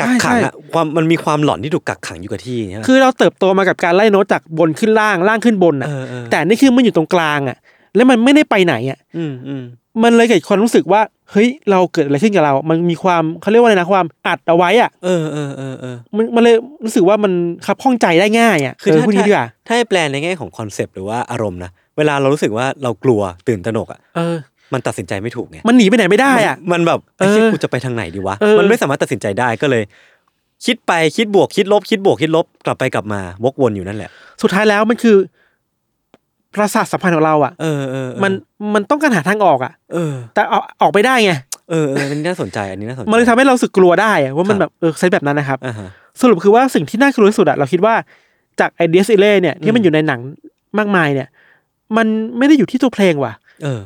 S2: กักขัง
S3: ใช่
S2: อะ
S3: ใช่
S2: ความมันมีความหลอนที่ถูกกักขังอยู่กับที่อย่างเงี้ย
S3: คือเราเติบโตมากับการไล่โน้ตจากบนขึ้นล่างล่างขึ้นบนอ่ะ
S2: เออเออ
S3: แต่นี่คือมันอยู่ตรงกลางอ่ะ แล้วมันไม่ได้ไปไหนอ่ะ
S2: อืมอืม
S3: มันเลยเกิดความรู้สึกว่า เฮ้ย เราเกิดอะไรขึ้นกับเรา มันมีความเขาเรียกว่าอะไรนะ ความอัดเอาไว้อ่ะ
S2: เออเออเออเออ
S3: มันมันเลยรู้สึกว่ามันขับข้องใจได้ง่ายอ่ะ
S2: คือ
S3: เออ
S2: ถ้า
S3: พูดงี้ดีกว่า
S2: ถ้าให้แปลในแง่ของคอนเซปต์หรือว่าอารมณ์นะ เวลาเรารู้สึกว่าเรากลัวตื่นตระหนกอะ
S3: เออ
S2: มันตัดสินใจไม่ถูกไง
S3: มันหนีไปไหนไม่ได้อ่ะ
S2: มันมันแบบไอ้เชี่ย
S3: เออ
S2: กูจะไปทางไหนดีวะ
S3: เออ
S2: มันไม่สามารถตัดสินใจได้ก็เลย คิดไปคิดบวกคิดลบ คิดบวกคิดลบกลับไปกลับมาวกวนอยู่นั่นแหละ
S3: สุดท้ายแล้วมันคือประสาทสัมพันธ์ของเราอ่ะ
S2: เออเออเออ
S3: มันมันต้องการหาทางออกอ่ะ
S2: เออ
S3: แต่เอาออกไปได้ไง
S2: เออเอออันนี้น่าสนใจอันนี้น่าสนใจ
S3: มันเลยทำให้เรารู้สึกกลัวได้อะว่ามันแบบเออเซตแบบนั้นนะครับ
S2: อ่าฮะ
S3: สรุปคือว่าสิ่งที่น่ากลัวที่สุดอะเราคิดว่าจากไอเดียสิเล่เนี่ยที่มันอยู่ในหนังมากมายเนี่ย มันไม่ได้อยู่ที่ตัวเพลงว่ะ
S2: เออ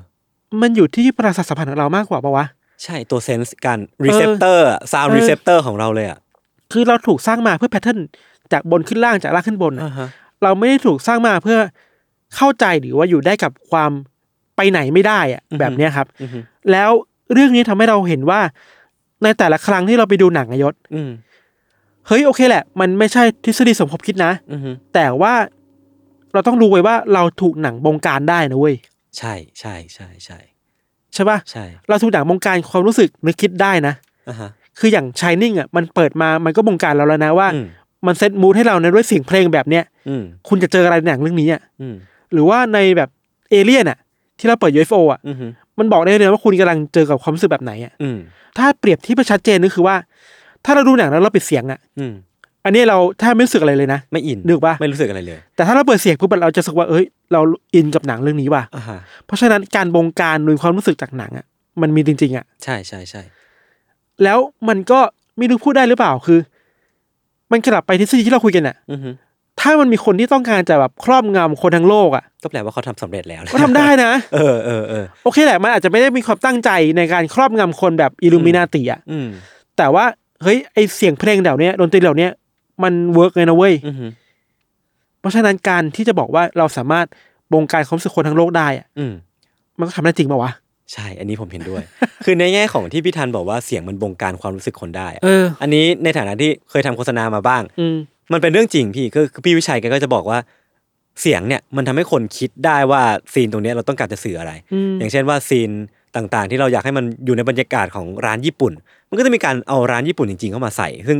S3: มันอยู่ที่ประสาทสัมพันธ์ของเรามากกว่าปะวะ
S2: ใช่ตัวเซนส์การรีเซพเตอร์ซาว
S3: เออ
S2: รีเซพเตอร์ของเราเลยอ่ะ
S3: คือเราถูกสร้างมาเพื่อแพทเทิร์นจากบนขึ้นล่างจากล่างขึ้นบนอะ
S2: อ่าฮะ
S3: เราไม่ได้ถูกสร้างมาเพื่อเข้าใจหรือว่าอยู่ได้กับความไปไหนไม่ได้อะแบบเนี้ยครับ
S2: อือฮึ
S3: แล้วเรื่องนี้ทำให้เราเห็นว่า ในแต่ละครั้งที่เราไปดูหนังอะยศ
S2: อืม
S3: เฮ้ยโอเคแหละ มันไม่ใช่ทฤษฎีสมคบคิดนะ
S2: อือฮึ
S3: แต่ว่าเราต้องรู้ไว้ว่าเราถูกหนังบงการได้นะเว้ย
S2: ใช่ใช่ใช่ใช่
S3: ใช่ปะ
S2: ใช่
S3: เราถูกหนังบงการความรู้สึกนึกคิดได้นะ
S2: อ่าฮะ
S3: คืออย่างชายนิ่งอ่ะมันเปิดมามันก็บงการเราแล้วนะว่า
S2: อืม
S3: มันเซตมูดให้เราในด้วยเสียงเพลงแบบเนี้ย
S2: อืม
S3: คุณจะเจออะไรในหนังเรื่องนี้อ่ะ
S2: อืม
S3: หรือว่าในแบบเอเลี่ยนอ่ะ ที่เราเปิด UFO อ่ะ
S2: อืม
S3: มันบอกได้เลยว่าคุณกำลังเจอกับความรู้สึกแบบไหนอ่ะ
S2: อืม
S3: ถ้าเปรียบที่ประชัดเจนก็คือว่า ถ้าเราดูหนังแล้วเราปิดเสียงอ่ะ
S2: อืม
S3: อันนี้เราแทบไม่รู้สึกอะไรเลยนะ
S2: ไม่อิน
S3: นึกปะ
S2: ไม่รู้สึกอะไรเลย
S3: แต่ถ้าเราเปิดเสียงปุ๊บเราจะรู้สึกว่าเอ้ยเราอินกับหนังเรื่องนี้ว่ะ
S2: อ่าฮะ
S3: เพราะฉะนั้นการบงการโดยความรู้สึกจากหนังอ่ะมันมีจริงๆอ่ะ
S2: ใช่ใช่ใช่
S3: แล้วมันก็ไม่รู้พูดได้หรือเปล่าคือ มันกลับไปที่สิ่งที่เราคุยกันอ่ะ
S2: อือฮึ
S3: ถ้ามันมีคนที่ต้องการจะแบบครอบงำคนทั้งโลกอ่ะ
S2: ก็แปลว่าเขาทำสำเร็จแล้วนะ
S3: ก็ทำได้นะ (laughs)
S2: เออเออเออ
S3: โอเคแหละมันอาจจะไม่ได้มีความตั้งใจในการครอบงำคนแบบอิลูมินาติอ่ะ
S2: อืม
S3: แต่ว่าเฮ้ยไอเสียงเพลงเหล่าเนี้ยดนตรีเหล่าเนี้ยมันเวิร์กเลยนะเว้ย
S2: อือฮึ
S3: เพราะฉะนั้นการที่จะบอกว่าเราสามารถบงการความรู้สึกคนทั้งโลกได้อะ
S2: อืม
S3: มันก็ทำได้จริงป่าวะ
S2: ใช่ อันนี้ผมเห็นด้วย คือในแง่ของที่พี่ธันบอกว่าเสียงมันบงการความรู้สึกคนได้อะ
S3: เออ
S2: อันนี้ในฐานะที่เคยทำโฆษณามาบ้าง
S3: อืม
S2: มันเป็นเรื่องจริงพี่คือคือพี่วิชัยแกก็จะบอกว่า เสียงเนี่ยมันทำให้คนคิดได้ว่าซีนตรงเนี้ยเราต้องการจะสื่ออะไร
S3: อืม
S2: อย่างเช่นว่าซีนต่างๆ ที่เราอยากให้มันอยู่ในบรรยากาศของร้านญี่ปุ่น มันก็จะมีการเอาร้านญี่ปุ่นจริงๆเข้ามาใส่ ซึ่ง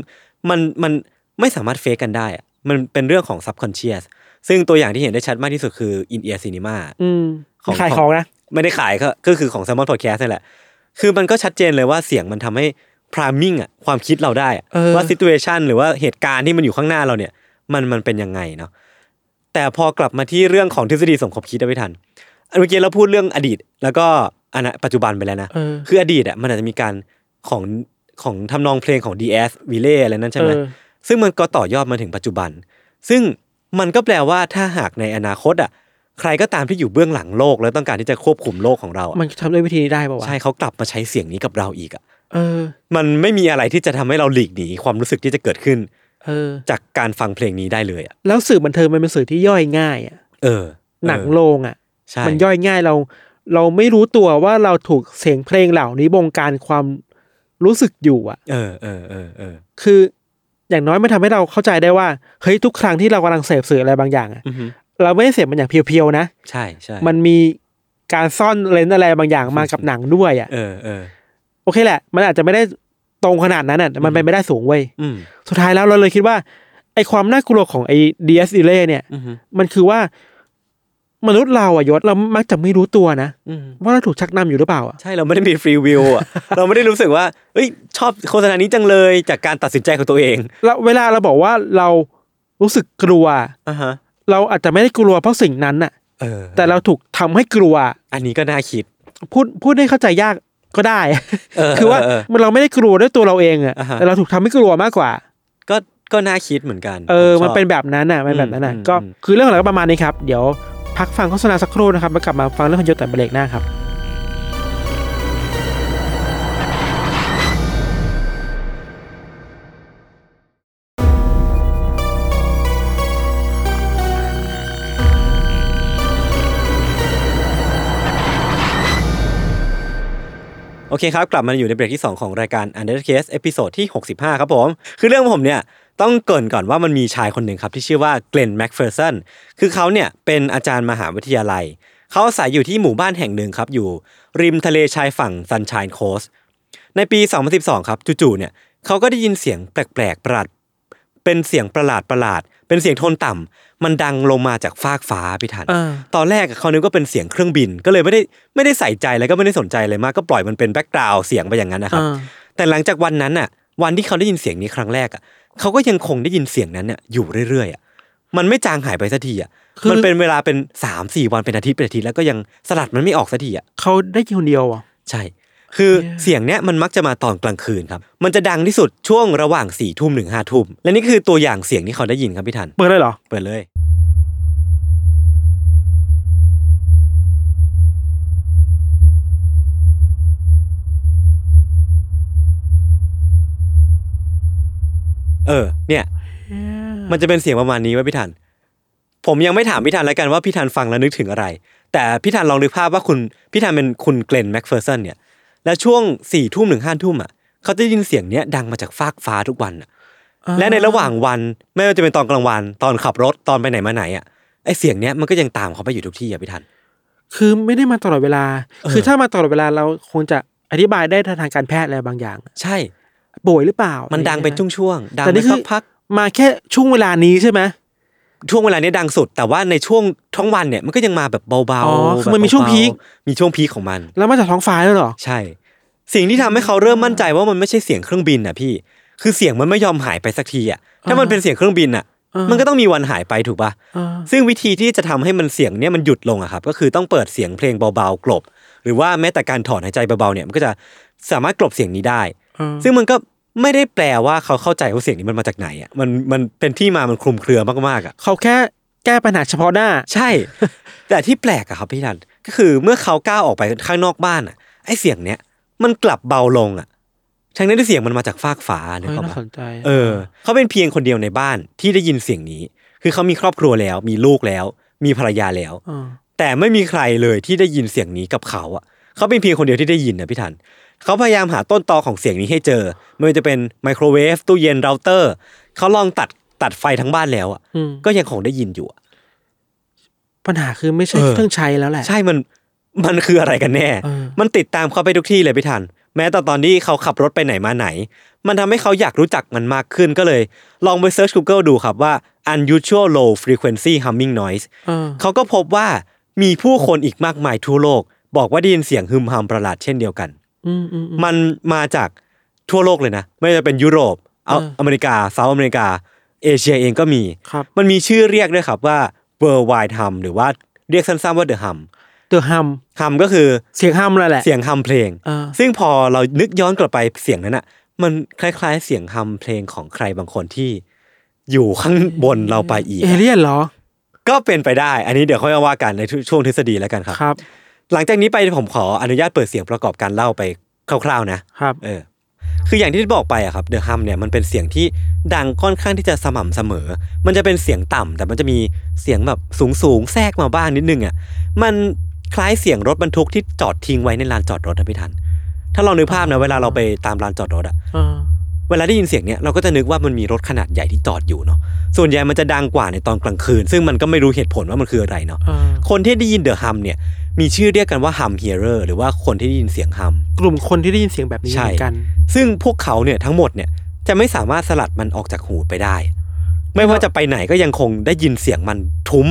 S2: มันมันไม่สามารถเฟกกันได้อะมันเป็นเรื่องของ subconscious ซึ่งตัวอย่างที่เห็นได้ชัดมากที่สุดคือ in ear cinema
S3: อืม
S2: ของ
S3: ขายของนะ
S2: ไม่ได้ขายก็ก็คือของ s ซ m o n Podcast นี่แหละ คือมันก็ชัดเจนเลยว่าเสียงมันทำให้พรามิ่งอ่ะความคิดเราได้อะว่าซิตูเอชันหรือว่าเหตุการณ์ที่มันอยู่ข้างหน้าเราเนี่ย มันมันเป็นยังไงเนาะแต่พอกลับมาที่เรื่องของทฤษฎีสมคบคิดได้ไม่ทันอันเมื่อกี้เราพูดเรื่องอดีต แล้วก็อนาปัจจุบันไปแล้วนะ
S3: เออ
S2: คืออดีตอ่ะมันอาจจะมีการของของทำนองเพลงของ DS v i l l e อะไรนั่นใช่ไหม
S3: เออ
S2: ซึ่งมันก็ต่อยอดมาถึงปัจจุบัน ซึ่งมันก็แปลว่าถ้าหากในอนาคตอ่ะ ใครก็ตามที่อยู่เบื้องหลังโลก แล้วต้องการที่จะควบคุมโลกของเราอะ
S3: มันทำด้วยวิธีนี้ได้ป่าวะ
S2: ใช่เขากลับมาใช้เสียงนี้กับเราอีกอ่ะ
S3: เออ
S2: มันไม่มีอะไรที่จะทำให้เราหลีกหนีความรู้สึกที่จะเกิดขึ้น
S3: เออ
S2: จากการฟังเพลงนี้ได้เลยอ่ะ
S3: แล้วสื่อบันเทิงมันเป็นสื่อที่ย่อยง่ายอ่ะ
S2: เออ
S3: หนัง
S2: เออ
S3: โลงอ่ะ
S2: ใช่
S3: มันย่อยง่ายเรา เราไม่รู้ตัวว่าเราถูกเสียงเพลงเหล่านี้บงการความรู้สึกอยู่อ่ะ
S2: เออเออเออเออ
S3: คืออย่างน้อยมันทำให้เราเข้าใจได้ว่าเฮ้ยทุกครั้งที่เรากำลังเสพสื่ออะไรบางอย่างอะ
S2: อือฮึ
S3: เราไม่ได้เสพมันอย่างเพียวๆนะ
S2: ใช่ใช่
S3: มันมีการซ่อนเลนส์อะไรบางอย่างมากับหนังด้วยอ่ะ
S2: เออเออ
S3: โอเคแหละ มันอาจจะไม่ได้ตรงขนาดนั้นอ่ะแต่มันไปนไม่ได้สูงเว้ย
S2: อืม
S3: สุดท้ายแล้วเราเลยคิดว่าไอความน่ากลัวของไอดีเอสเเนี่ย
S2: อือฮึ
S3: มันคือว่ามนุษย์เราอ่ะยศเรามักจะไม่รู้ตัวนะ
S2: อืม
S3: ว่าเราถูกชักนำอยู่หรือเปล่าอ่ะ
S2: ใช่เราไม่ได้มีฟรีวิว
S3: (laughs)
S2: อ่ะ เราไม่ได้รู้สึกว่าเอ้ย ชอบโฆษณานี้จังเลยจากการตัดสินใจของตัวเอง
S3: เราเวลาเราบอกว่าเรารู้สึกกลัว
S2: อ่าฮะ
S3: เราอาจจะไม่ได้กลัวเพราะสิ่งนั้นน่ะ
S2: เออ
S3: แต่เราถูกทำให้กลัว
S2: อันนี้ก็น่าคิด
S3: พูดพูดให้เข้าใจยากก็ได้ (laughs)
S2: เออ
S3: คือว่า
S2: เออเออ
S3: มันเราไม่ได้กลัวด้วยตัวเราเองอะ
S2: อ่าฮะ
S3: แต่เราถูกทำให้กลัวมากกว่า
S2: ก็ก็น่าคิดเหมือนกัน
S3: เออ
S2: ผชบ
S3: มันเป็นแบบนั้นน่ะ มันเป็นแบบนั้นน่ะ
S2: อืม
S3: ก็
S2: อืม
S3: คือเรื่องของเราก็ประมาณนี้ครับ เดี๋ยวพักฟังโฆษณาสักครู่นะครับ มากลับมาฟังเรื่องของโยแต่เบรกหน้าครับ
S2: โอเคครับ กลับมาอยู่ในเบรกที่ 2 ของรายการ Under Case เอพิโซดที่ 65 ครับผม คือเรื่องของผมเนี่ย ต้องเกริ่นก่อนว่ามันมีชายคนหนึ่งครับ ที่ชื่อว่าเก e นแม็กเฟอร์สันคือเขาเนี่ย เป็นอาจารย์มหาวิทยาลัย เขาอาศัยอยู่ที่หมู่บ้านแห่งหนึ่งครับ อยู่ริมทะเลชายฝั่งซันช n ยโคสในปี 2012 ครับจู่ๆเนี่ยเขาก็ได้ยินเสียงแปลกๆประหลาดเป็นเสียงประหลาดประหลาดๆเป็นเสียงโทนต่ำมันดังลงมาจากฟากฟ้าพี่ทัน
S3: เออ
S2: ตอนแรกอะเขานึกว่าเป็นเสียงเครื่องบิน ก็เลยไม่ได้ไม่ได้ใส่ใจแล้วก็ไม่ได้สนใจอะไรมากก็ปล่อยมันเป็นแบ็กกราวเสียงไปอย่างนั้นนะครับ
S3: อ่า
S2: แต่หลังจากวันนั้นน่ะ วันที่เขาได้ยินเสียงนี้ครั้งแรกอ่ะเขาก็ยังคงได้ยินเสียงนั้นน่ะอยู่เรื่อยๆอ่ะมันไม่จางหายไปสักทีอ่ะ
S3: คือ
S2: มันเป็นเวลาเป็นสามสี่วันเป็นอาทิตย์เป็นอาทิตย์แล้วก็ยังสลัดมันไม่ออกสักทีอ่ะ
S3: เขาได้ยินคนเดียวเหรอ่ะ
S2: ใช่ คือเสียงเนี้ยมันมักจะมาตอนกลางคืนครับ มันจะดังที่สุดช่วงระหว่างสี่ทุ่มถึงห้าทุ่ม และนี่คือตัวอย่างเสียงที่เขาได้ยินครับพี่ทัน
S3: เปิดเลยเหรอ
S2: เปิดเลย เออ เนี่ย มันจะเป็นเสียงประมาณนี้ไว้ยพี่ทัน ผมยังไม่ถามพี่ทันแล้วกันว่าพี่ทันฟังแล้วนึกถึงอะไร แต่พี่ทันลองนึกภาพว่าคุณพี่ทันเป็นคุณเกลนแม็กเฟอร์สันเนี่ย แล้วช่วงสี่ทุ่มถึงห้าทุ่มอ่ะเขาจะได้ยินเสียงเนี้ยดังมาจากฟากฟ้าทุกวันอ่ะ และในระหว่างวันไม่ว่าจะเป็นตอนกลางวันตอนขับรถตอนไปไหนมาไหนอ่ะไอเสียงเนี้ยมันก็ยังตามเขาไปอยู่ทุกที่อ่ะพี่ทัน
S3: คือไม่ได้มาตลอดเวลา
S2: เออ
S3: คือถ้ามาตลอดเวลาเราคงจะอธิบายได้ทางการแพทย์อะไรบางอย่าง
S2: ใช่
S3: ป่วยหรือเปล่า
S2: มั
S3: มัน
S2: ดังเป็นช่วงๆดัง
S3: แต่
S2: ไป
S3: นี่คื
S2: สั
S3: อก
S2: พัก
S3: มาแค่ช่วงเวลานี้ใช่ไหม
S2: ช่วงเวลาเนี้ยดังสุด แต่ว่าในช่วงท้องวันเนี่ยมันก็ยังมาแบบเบา
S3: อ๋อ
S2: ๆ
S3: คือมันมีช่วง
S2: แบบ
S3: พี
S2: เบา
S3: ค
S2: ๆมีช่วงพีคของมัน
S3: แล้วมาจากท้องฟ้าด้วยเหรอ
S2: ใช่ สิ่งที่ทำให้เขาเริ่มมั่นใจว่ามันไม่ใช่เสียงเครื่องบินน่ะพี่ คือเสียงมันไม่ยอมหายไปสักทีอ่ะถ้ามันเป็นเสียงเครื่องบินอ่ะ
S3: อ่ามั
S2: มันก็ต้องมีวันหายไปถูกป่ะ
S3: เออ
S2: ซึ่งวิธีที่จะทำให้มันเสียงเนี่ยมันหยุดลงอะครับก็คือต้องเปิดเสียงเพลงเบาๆกลบ หรือว่าแม้แต่การถอนหายใจเบาๆเนี่ยมันก็จะสามารถกลบเสียงนี้ได้
S3: เออ
S2: ซึ่งมันก็ไม่ได้แปลว่าเขาเข้าใจว่าเสียงนี้มันมาจากไหนอะมันมันเป็นที่มามันคลุมเครือมากๆอะ
S3: เขาแค่แก้ปัญหาเฉพาะหน้า
S2: ใช่ (laughs) แต่ที่แปลกอะครับพี่ดันก็คือเมื่อเขาก้าวออกไปข้างนอกบ้านอะไอเสียงเนี้ยมันกลับเบาลงอะทั้งนั้นที่เสียงมันมาจากฟากฟ้าเนี่ย
S3: เฮ้ย
S2: เขา
S3: น่า
S2: มา
S3: สนใจ
S2: เออเขาเป็นเพียงคนเดียวในบ้านที่ได้ยินเสียงนี้ คือเขามีครอบครัวแล้ว มีลูกแล้ว มีภรรยาแล้ว
S3: เออ
S2: แต่ไม่มีใครเลยที่ได้ยินเสียงนี้กับเขาอ่ะ เขาเป็นเพียงคนเดียวที่ได้ยินนะพี่ทัน เขาพยายามหาต้นตอของเสียงนี้ให้เจอ ไม่ว่าจะเป็นไมโครเวฟตู้เย็นเราเตอร์ เขาลองตัดตัดไฟทั้งบ้านแล้วอ่ะ
S3: อืม
S2: ก็ยังคงได้ยินอยู่อะ
S3: ปัญหาคือไม่ใช่
S2: เออ
S3: เครื่องใช้แล้วแหละ
S2: ใช่ มัน มันคืออะไรกันแน่
S3: เออ
S2: มันติดตามเขาไปทุกที่เลยพี่ทัน แม้แต่ตอนที่เขาขับรถไปไหนมาไหน มันทำให้เขาอยากรู้จักมันมากขึ้นก็เลย ลองไปเซิร์ช Google ดูครับว่า unusual low frequency humming noise
S3: เออ
S2: เขาก็พบว่ามีผู้คนอีกมากมายทั่วโลก บอกว่าได้ยินเสียงฮึมฮัมประหลาดเช่นเดียวกัน
S3: อืมอืมอืม
S2: มันมาจากทั่วโลกเลยนะ ไม่ว่าจะเป็นยุโรป เอา
S3: เออ
S2: อเมริกาเซาท์อเมริกา เอเชียเองก็มี
S3: ครับ
S2: มันมีชื่อเรียกด้วยครับว่า worldwide hum หรือว่าเรียกสั้นๆว่า the hum
S3: เดอะฮัม
S2: ฮัมก็คือ
S3: เสียงฮัมแล้วแหละ
S2: เสียงฮัมเพลง
S3: เออ
S2: ซึ่งพอเรานึกย้อนกลับไปเสียงนั้นอ่ะ มันคล้ายๆเสียงฮัมเพลงของใครบางคนที่ อยู่ข้างบนเราไปอีก
S3: เอเลี่ยนเหรอ
S2: ก็เป็นไปได้ อันนี้เดี๋ยวค่อยว่ากันในช่วงทฤษฎีแล้วกันครับ
S3: ครับ
S2: หลังจากนี้ไปผมขออนุญาตเปิดเสียงประกอบการเล่าไปคร่าวๆนะ
S3: ครับ
S2: เออ คืออย่างที่บอกไปอะครับเดอะฮัมเนี่ยมันเป็นเสียงที่ดังค่อนข้างที่จะสม่ำเสมอ มันจะเป็นเสียงต่ำแต่มันจะมีเสียงแบบสูงสูงๆแทรกมาบ้างนิดนึงอะมันคล้ายเสียงรถบรรทุกที่จอดทิ้งไว้ในลานจอดรถนะพี่ทัน ถ้าลองนึกภาพนะเวลาเราไปตามลานจอดรถอะ
S3: เออ
S2: เวลาได้ยินเสียงเนี้ยเราก็จะนึกว่ามันมีรถขนาดใหญ่ที่จอดอยู่เนาะ ส่วนใหญ่มันจะดังกว่าในตอนกลางคืน ซึ่งมันก็ไม่รู้เหตุผลว่ามันคืออะไรเนาะ
S3: เออ
S2: คนที่ได้ยินเดอะฮัมเนี่ยมีชื่อเรียกกันว่าฮัมเฮเ e อร์หรือว่าคนที่ได้ยินเสียงฮัม
S3: กลุ่มคนที่ได้ยินเสียงแบบนี้
S2: ใช่
S3: เหมือนกัน
S2: ซึ่งพวกเขาเนี่ยทั้งหมดเนี่ยจะไม่สามารถสลัดมันออกจากหูไปได้ ไม่ว่าจะไปไหนก็ยังคงได้ยินเสียงมันทุ้ม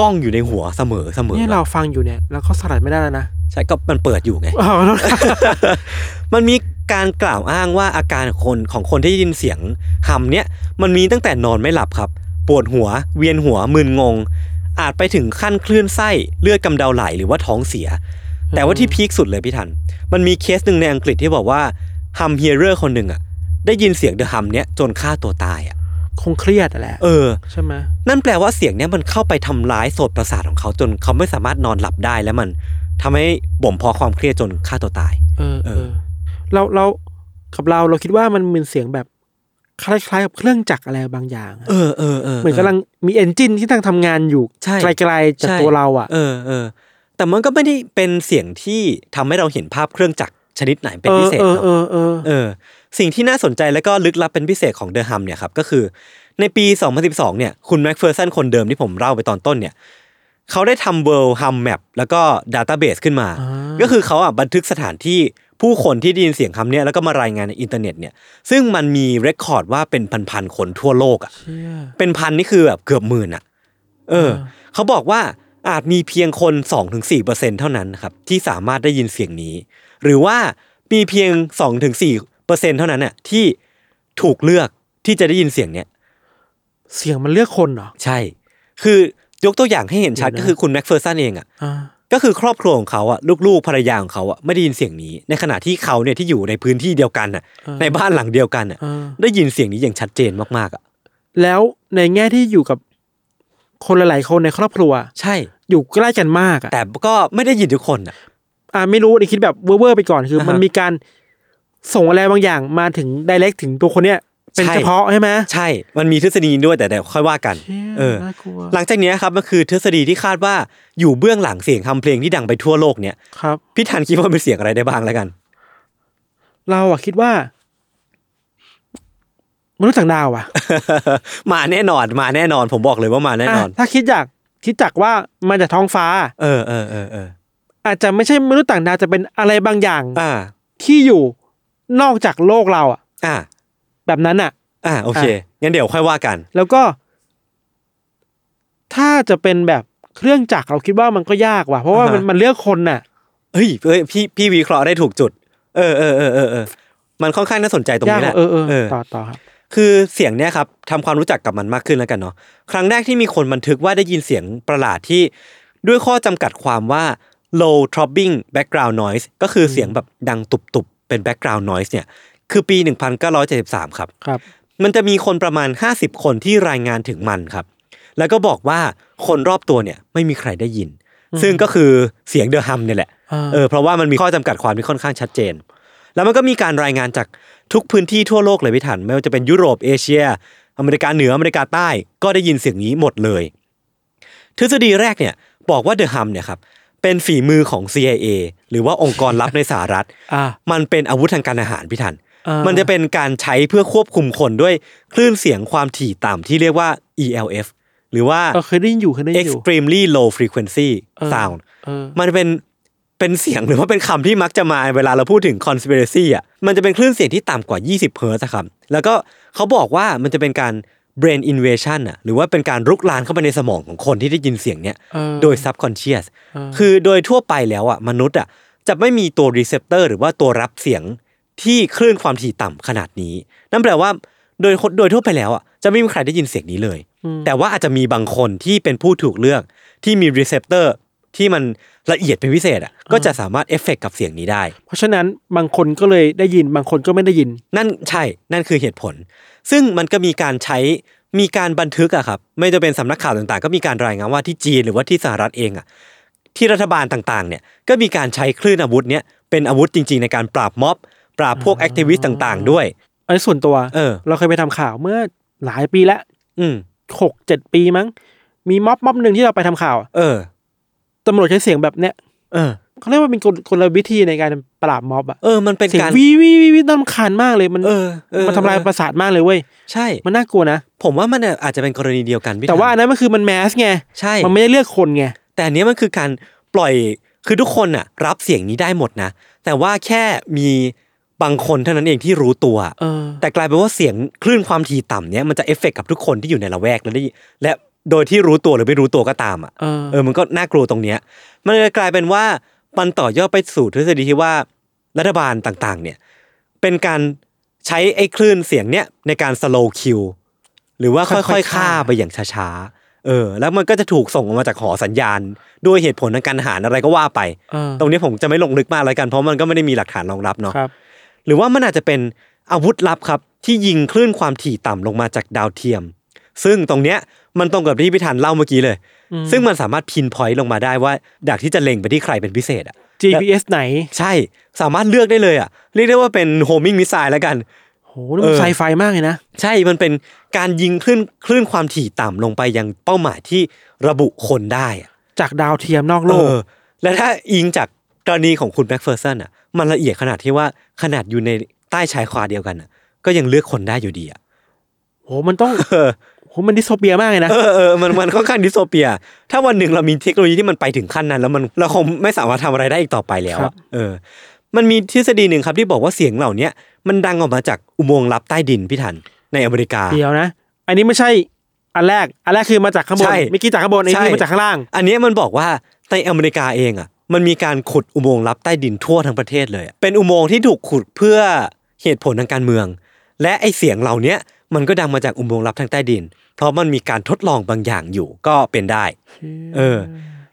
S2: ก้องอยู่ในหัวเสมอเสมอ
S3: เนี่ยเราฟังอยู่เนี่ย แล้วก็สลัดไม่ได้แล้วนะ
S2: ใช่ก็มันเปิดอยู่ไง
S3: อ๋อแล้วครับ
S2: มันมีการกล่าวอ้างว่าอาการของคนของคนที่ได้ยินเสียงหำเนี่ยมันมีตั้งแต่นอนไม่หลับครับ ปวดหัว เวียนหัวมึนงง อาจไปถึงขั้นคลื่นไส้เลือดกำเดาไหลหรือว่าท้องเสีย แต่ว่าที่พีคสุดเลยพี่ทัน มันมีเคสหนึ่งในอังกฤษที่บอกว่าฮัมเฮเรอร์คนหนึ่งอ่ะได้ยินเสียงเดอะฮัมเนี้ยจนฆ่าตัวตายอ่ะ
S3: (laughs) คงเครียดอะแหละ
S2: เออ
S3: ใช่ไหม
S2: นั่นแปลว่าเสียงเนี้ยมันเข้าไปทำร้ายโสตประสาทของเขาจนเขาไม่สามารถนอนหลับได้แล้วมันทำให้บ่มเพาะความเครียดจนฆ่าตัวตาย
S3: เออเออ เราเรากับเราเราคิดว่ามันเหมือนเสียงแบบคล้ายๆกับเครื่องจักรอะไรบางอย่างอะ
S2: เออเออเออ
S3: เหมือนกำลังมีเอนจินที่กำลังทำงานอยู่
S2: ใช่
S3: ไกลๆจากตัวเราอ่ะ
S2: เออเออ แต่มันก็ไม่ได้เป็นเสียงที่ทำให้เราเห็นภาพเครื่องจักรชนิดไหนเป็นพิเศษ
S3: เออ
S2: เนอะ
S3: เออเออเออ
S2: เออสิ่งที่น่าสนใจและก็ลึกลับเป็นพิเศษของเดอะฮัมเนี่ยครับก็คือในปี 2012 เนี่ยคุณแม็กเฟอร์สันคนเดิมที่ผมเล่าไปตอนต้นเนี่ยเขาได้ทำ World Hum Map แล้วก็ดัตต้าเบสขึ้นมา ก็คือเขาอ่ะบันทึกสถานที่ผู้คนที่ได้ยินเสียงคำเนี่ยแล้วก็มารายงานในอินเทอร์เน็ตเนี่ยซึ่งมันมีเรคคอร์ดว่าเป็นพันๆคนทั่วโลกอ่ะ
S3: เชี่ย
S2: เป็นพันนี่คือแบบเกือบหมื่นอ่ะ เออ เขาบอกว่าอาจมีเพียงคน2-4%ถึงเปอร์เซ็นเท่านั้นนะครับที่สามารถได้ยินเสียงนี้ หรือว่ามีเพียง2-4%ถึงเปอร์เซ็นเท่านั้นน่ะที่ถูกเลือกที่จะได้ยินเสียงเนี้ย
S3: เสียงมันเลือกคนเหรอ
S2: ใช่ คือยกตัวอย่างให้เห็นชัด
S3: เดี๋
S2: ก็
S3: ยวนะ
S2: คือคุณแม็กเฟอร์สันเองอ่ะ
S3: อ่า
S2: ก็คือครอบครัวของเขาอ่ะลูกๆภรรยาของเขาอ่ะไม่ได้ยินเสียงนี้ ในขณะที่เขาเนี่ยที่อยู่ในพื้นที่เดียวกันน่ะ ในบ้านหลังเดียวกันน่ะ
S3: เออ
S2: ได้ยินเสียงนี้อย่างชัดเจนมากๆอ่ะ
S3: แล้วในแง่ที่อยู่กับคนหลายๆคนในครอบครัว
S2: ใช่
S3: อยู่ใกล้กันมากอะ
S2: แต่ก็ไม่ได้ยินทุกคนอ่ะ
S3: อ่าไม่รู้ในคิดแบบเว่อร์ๆไปก่อนคือ
S2: อ่าฮะ
S3: มันมีการส่งอะไรบางอย่างมาถึงไดเรกถึงตัวคนเนี้ยเป็น
S2: ใช่
S3: เฉพาะใช่ไหม
S2: ใช่ มันมีทฤษฎีนี้ด้วยแต่เดี๋ยวค่อยว่ากัน
S3: เชี่ย
S2: เออ
S3: น่ากลัว
S2: หลังจากเนี้ยครับมันคือทฤษฎีที่คาดว่าอยู่เบื้องหลังเสียงคำเพลงที่ดังไปทั่วโลกเนี่ย
S3: ครับ
S2: พี่ทันคิดว่าเป็นเสียงอะไรได้บ้างแล้วกัน (laughs)
S3: เราอะคิดว่ามนุษย์ต่างดาวอะ
S2: มาแน่นอน มาแน่นอน ผมบอกเลยว่ามาแน่นอน
S3: ะถ้าคิดจากคิดจากว่ามาจากท้องฟ้า
S2: เออเออเออเออ
S3: อาจจะไม่ใช่มนุษย์ต่างดาวจะเป็นอะไรบางอย่าง
S2: อ่า
S3: ที่อยู่นอกจากโลกเราอะ
S2: อ่า
S3: แบบนั้นอะ
S2: อ่า โอเค งั้นเดี๋ยวค่อยว่ากัน
S3: แล้วก็ ถ้าจะเป็นแบบเครื่องจักรเราคิดว่ามันก็ยากว่ะ เพราะว่ามัน
S2: อ่าฮะ
S3: มันเลือกคนน่ะ
S2: เฮ้ยเฮ้ยพี่พี่วิเคราะห์ได้ถูกจุด เออเออเออเออเออ มันค่อนข้างน่าสนใจตรง
S3: ยาก
S2: นี้แหละ
S3: เออเออเออต่อต่อครับ
S2: คือเสียงเนี่ยครับทำความรู้จักกับมันมากขึ้นแล้วกันเนาะครั้งแรกที่มีคนบันทึกว่าได้ยินเสียงประหลาดที่ ด้วยข้อจำกัดความว่า low throbbing background noise ก็คือเสียงแบบดังตุบๆ เป็น background noise เนี่ย คือปี 1973 ครับ
S3: ครับ
S2: มันจะมีคนประมาณ 50 คนที่รายงานถึงมันครับ แล้วก็บอกว่าคนรอบตัวเนี่ยไม่มีใครได้ยิน ซึ่งก็คือเสียงเดอะฮัมเนี่ยแหละ
S3: อ่า
S2: เออ เพราะว่ามันมีข้อจำกัดความที่ค่อนข้างชัดเจน แล้วมันก็มีการรายงานจากทุกพื้นที่ทั่วโลกเลยพี่ถัน ไม่ว่าจะเป็นยุโรป เอเชีย อเมริกาเหนือ อเมริกาใต้ ก็ได้ยินเสียงนี้หมดเลย ทฤษฎีแรกเนี่ยบอกว่าเดอะฮัมเนี่ยครับ เป็นฝีมือของ CIA หรือว่าองค์กรลับในสหรัฐ
S3: อ่า
S2: มันเป็นอาวุธทางการอาหารพี่ทัน
S3: อ่ามั
S2: มันจะเป็นการใช้เพื่อควบคุมคนด้วยคลื่นเสียงความถี่ต่ำที่เรียกว่า ELF หรือว่า
S3: เออเคยได้ยินอยู่เคยได้ยินอยู่
S2: extremely low frequency
S3: เออ
S2: sound
S3: เออ
S2: มันเป็นเป็นเสียงหรือว่าเป็นคำที่มักจะมาเวลาเราพูดถึง conspiracy อ่ะ มันจะเป็นคลื่นเสียงที่ต่ำกว่า 20เฮิร์ตซ์อะครับ แล้วก็เขาบอกว่ามันจะเป็นการ brain invasion อ่ะ หรือว่าเป็นการรุกรานเข้าไปในสมองของคนที่ได้ยินเสียงเนี้ย
S3: เออ
S2: โดย subconscious คือโดยทั่วไปแล้วอ่ะมนุษย์อ่ะจะไม่มีตัว receptor หรือว่าตัวรับเสียงที่คลื่นความถี่ต่ำขนาดนี้ นั่นแปลว่าโดยโดยทั่วไปแล้วอ่ะจะไม่มีใครได้ยินเสียงนี้เลย แต่ว่าอาจจะมีบางคนที่เป็นผู้ถูกเลือกที่มี receptor ที่มันละเอียดเป็นพิเศษอ่ะก็จะสามารถเอฟเฟกกับเสียงนี้ได้
S3: เพราะฉะนั้นบางคนก็เลยได้ยินบางคนก็ไม่ได้ยิน
S2: นั่นใช่ นั่นคือเหตุผล ซึ่งมันก็มีการใช้ มีการบันทึกอะครับ ไม่ว่าจะเป็นสำนักข่าวต่างๆ ก็มีการรายงานว่าที่จีนหรือว่าที่สหรัฐเองอะที่รัฐบาลต่างๆ เนี่ย ก็มีการใช้คลื่นอาวุธเนี่ยเป็นอาวุธจริงๆ ในการปราบม็อบ ปราบพวกแอคทิวิสต์ต่างๆ ด้วย
S3: อันนี้ส่วนตัว
S2: เออ
S3: เคยไปทำข่าวเมื่อหลายปีละ
S2: อืม
S3: หกเจ็ดปีมั้ง มีม็อบม็อบหนึ่งที่เราไปทำข่าวอะ
S2: เออ
S3: ตำรวจใช้เสียงแบบเนี้ย
S2: เออ
S3: เขาเรียกว่าเป็นกลกลวิธีในการปราบม็อบอะ
S2: เออ มันเป็น
S3: เสียง
S2: การ
S3: วีวีวีวีน่ารำคาญมากเลยมัน
S2: เออเออ
S3: มันทำลาย
S2: เออ
S3: ประสาทมากเลยเว้ย
S2: ใช่
S3: มันน่ากลัวนะ
S2: ผมว่ามันอาจจะเป็นกรณีเดียวกันพี่
S3: แต่ว่าอันนั้นมันคือมันแมสไง
S2: ใช่
S3: มันไม่ได้เลือกคนไง
S2: แต่อันเนี้ยมันคือการปล่อยคือทุกคนน่ะ รับเสียงนี้ได้หมดนะ แต่ว่าแค่มีบางคนเท่านั้นเองที่รู้ตัว
S3: เออ
S2: แต่กลายเป็นว่าเสียงคลื่นความถี่ต่ำเนี้ยมันจะเอฟเฟกต์กับทุกคนที่อยู่ในละแวกนั้นได้และโดยที่รู้ตัวหรือไม่รู้ตัวก็ตามอ่ะ
S3: เออ
S2: เออมันก็น่ากลัวตรงเนี้ย มันเลยกลายเป็นว่ามันต่อยอดไปสู่ทฤษฎีที่ว่ารัฐบาลต่างๆ เนี่ย เป็นการใช้ไอ้คลื่นเสียงเนี้ยในการสโลว์คิวหรือว่าค่
S3: ค่
S2: อ
S3: อย ย
S2: ๆ
S3: ๆ
S2: ฆ่า
S3: ฆ่า
S2: ไปอย่างช้าๆเอ เออ แล้วมันก็จะถูกส่งออกมาจากหอสัญญาณ ด้วยเหตุผลทางการทหารอะไรก็ว่าไป
S3: เออ
S2: ตรงนี้ผมจะไม่ลงลึกมากแล้วกันเพราะมันก็ไม่ได้มีหลักฐานรองรับเนาะ
S3: ครับ
S2: หรือว่ามันอาจจะเป็นอาวุธลับครับ ที่ยิงคลื่นความถี่ต่ำลงมาจากดาวเทียม ซึ่งตรงเนี้ยมันตรงกับที่พิธันเล่าเมื่อกี้เลย ซึ่งมันสามารถพินพอยต์ลงมาได้ว่าอยากที่จะเล็งไปที่ใครเป็นพิเศษอ่ะ
S3: GPS ไหน
S2: ใช่สามารถเลือกได้เลยอ่ะเรียกได้ว่าเป็นโฮมิ g งมิสไซล์แล้วกัน
S3: โหนี่มัน
S2: เออ
S3: ไซไฟมากเลยนะ
S2: ใช่มันเป็นการยิงคลื่นคลื่นความถี่ต่ำลงไปยังเป้าหมายที่ระบุคนได้อะ
S3: จากดาวเทียมนอกโลก
S2: เออและถ้าอิงจากกรณีของคุณแบ็กเฟอร์สันอ่ะมันละเอียดขนาดที่ว่าขนาดอยู่ในใต้ชายคาเดียวกันอ่ะก็ยังเลือกคนได้อยู่ดีอ่ะ
S3: โหมันต้อง
S2: เออ
S3: โหมันดิสโทเปียมากเลยนะ
S2: เออเออมันมันค่อนข้างดิสโซเปีย ถ้าวันหนึ่งเรามีเทคโนโลยีที่มันไปถึงขั้นนั้น แล้วมันเราคงไม่สามารถทำอะไรได้อีกต่อไปแล้วอะเออ มันมีทฤษฎีหนึ่งครับที่บอกว่าเสียงเหล่าเนี้ยมันดังออกมาจากอุโมงค์ลับใต้ดินพี่ทันในอเมริกา
S3: เดียวนะ อันนี้ไม่ใช่อันแรก อันแรกคือมาจากข้างบน
S2: ใช่
S3: เมื่อกี้จากข้างบนไอ้
S2: ใช่
S3: นี่มาจากข้างล่าง
S2: (laughs) อันเนี้ยมันบอกว่าในอเมริกาเองอ่ะมันมีการขุดอุโมงค์ลับใต้ดินทั่วทั้งประเทศเลยอะเป็นอุโมงค์ที่ถูกขุดเพื่อเหตุผลทางการเมือง และไอเสียงเหล่าเนี้ยมันก็ดังมาจากอุโมงค์ลับทางใต้ดิน เพราะมันมีการทดลองบางอย่างอยู่ก็เป็นได้ เออ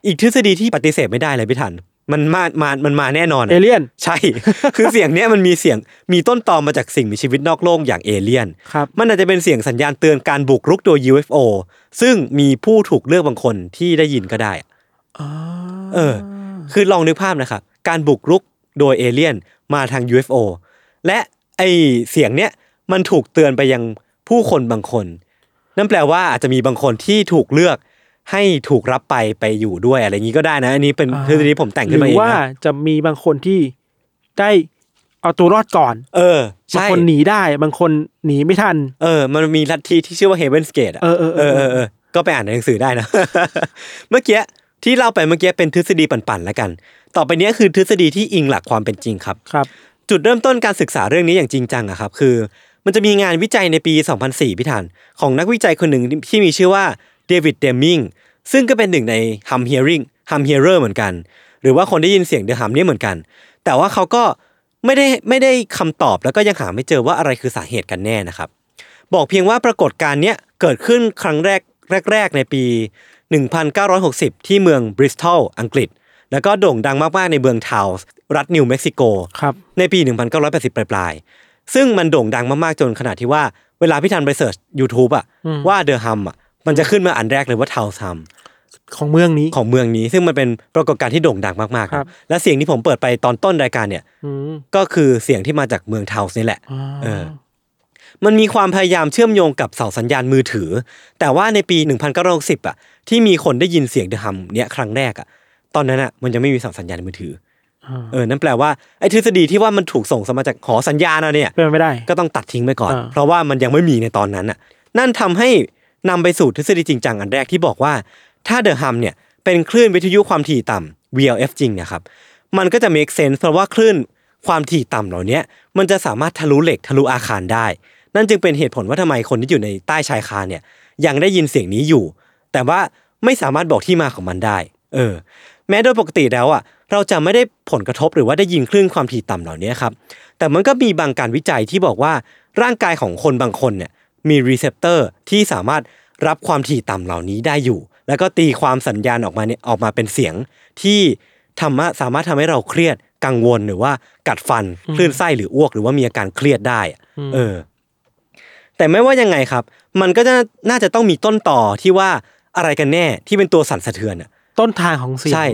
S2: อีกทฤษฎีที่ปฏิเสธไม่ได้เลยพี่ทัน มันมามามันมาแน่นอนอะ
S3: เอเลี่ยน
S2: ใช่ (laughs) คือเสียงเนี้ยมันมีเสียงมีต้นตอมาจากสิ่งมีชีวิตนอกโลกอย่างเอเลี่ยน
S3: ครับ
S2: มันอาจจะเป็นเสียงสัญญาณเตือนการบุกรุกโดย UFO ซึ่งมีผู้ถูกเลือกบางคนที่ได้ยินก็ได้อะเออ คือลองนึกภาพนะครับ การบุกรุกโดยเอเลี่ยนมาทาง UFO และไอเสียงเนี้ยมันถูกเตือนไปยังผู้คนบางคน นั่นแปลว่าอาจจะมีบางคนที่ถูกเลือกให้ถูกรับไปไปอยู่ด้วยอะไรอย่างนี้ก็ได้นะ อันนี้เป็น
S3: อ่า
S2: ทฤษฎีที่ผมแต่ง
S3: ห
S2: ขึ้นมา
S3: รื
S2: เอง
S3: อว่า
S2: นะ
S3: จะมีบางคนที่ได้เอาตัวรอดก่อน
S2: เออบ
S3: าง
S2: ใช่
S3: คนหนีได้ บางคนหนีไม่ทัน
S2: เออ มันมีลัทธิที่ชื่อว่า Heaven's Gate อะ
S3: เออเออเอ
S2: เออ
S3: อ
S2: เออเออ ก็ไปอ่านในหนังสือได้นะ เมื่อกี้ที่เล่าไปเมื่อกี้เป็นทฤษฎีปั่นๆแล้วกัน ต่อไปเนี้ยคือทฤษฎีที่อิงหลักความเป็นจริงครับ
S3: ครับ
S2: จุดเริ่มต้นการศึกษาเรื่องนี้อย่างจริงจังอะครับ คือ มันจะมีงานวิจัยในปี 2004 พิธาน ของนักวิจัยคนหนึ่งที่มีชื่อว่าเดวิดเดมิงซึ่งก็เป็นหนึ่งในฮัมเฮียริงฮัมเฮียเรอร์เหมือนกัน หรือว่าคนได้ยินเสียงเดอะฮัมเนี่ยเหมือนกัน แต่ว่าเขาก็ไม่ได้ไม่ได้คำตอบแล้วก็ยังหาไม่เจอว่าอะไรคือสาเหตุกันแน่นะครับ บอกเพียงว่าปรากฏการณ์เนี้ยเกิดขึ้นครั้งแรกแรก ๆ ในปี 1960 ที่เมืองบริสตอลอังกฤษ แล้วก็โด่งดังมากๆในเมืองทาวส์รัฐนิวเม็กซิโก
S3: ครับ
S2: ในปี 1980 ปลายๆ ซึ่งมันโด่งดังมากๆ จนขนาดที่ว่าเวลาพี่ทันไปเสิร์ช YouTube อะว่าเดอะฮัมอะมันจะขึ้นมาอันแรกเลยว่าทาวน์ฮัม
S3: ของเมืองนี้
S2: ของเมืองนี้ ซึ่งมันเป็นปรากฏการณ์ที่โด่งดังมากๆ
S3: ค
S2: ค
S3: รั
S2: รับ บและเสียงที่ผมเปิดไปตอนต้นรายการเนี่ย
S3: อืม
S2: ก็คือเสียงที่มาจากเมืองทาวส์นี่แหละ
S3: อ่า
S2: เออ มันมีความพยายามเชื่อมโยงกับเสาสัญญาณมือถือ แต่ว่าในปี 1960อะที่มีคนได้ยินเสียงเดอะฮัมเนี่ยครั้งแรกอะตอนนั้นอะมันยังไม่มีเสาสัญญาณมือถืออา เออนั่นแปลว่าไอ้ทฤษฎีที่ว่ามันถูกส่งมาจากหอสัญญาณอะเนี่ย
S3: เป็นไปไม่ได้
S2: ก็ต้องตัดทิ้งไปก่อน
S3: อ่า
S2: เพราะว่ามันยังไม่มีในตอนนั้นน่ะ นั่นทำให้นำไปสู่ทฤษฎีจริงจังอันแรกที่บอกว่า ถ้าเดอะฮัมเนี่ยเป็นคลื่นวิทยุความถี่ต่ำ VLF จริงเนะครับ มันก็จะ make sense เพราะว่าคลื่นความถี่ต่ำเหล่าเนี้ยมันจะสามารถทะลุเหล็กทะลุอาคารได้ นั่นจึงเป็นเหตุผลว่าทำไมคนที่อยู่ในใต้ชายคาเนี่ยยังได้ยินเสียงนี้อยู่ แต่ว่าไม่สามารถบอกที่มาของมันได้ เออ แม้โดยปกติแล้วอ่ะเราจะไม่ได้ผลกระทบหรือว่าได้ยินคลื่นความถี่ต่ำเหล่านี้ครับ แต่มันก็มีบางการวิจัยที่บอกว่าร่างกายของคนบางคนเนี่ยมีรีเซพเตอร์ที่สามารถรับความถี่ต่ำเหล่านี้ได้อยู่ แล้วก็ตีความสัญญาณออกมาเนี่ยออกมาเป็นเสียงที่ทำให้สามารถทำให้เราเครียดกังวลหรือว่ากัดฟันคลื่นไส้หรืออ้วก หรือว่ามีอาการเครียดได้อะเออ แต่ไม่ว่ายังไงครับ มันก็จะน่าจะต้องมีต้นต่อที่ว่าอะไรกันแน่ที่เป็นตัวสั่นสะเทือนอะ
S3: ต้นทางของเสียง
S2: ใช่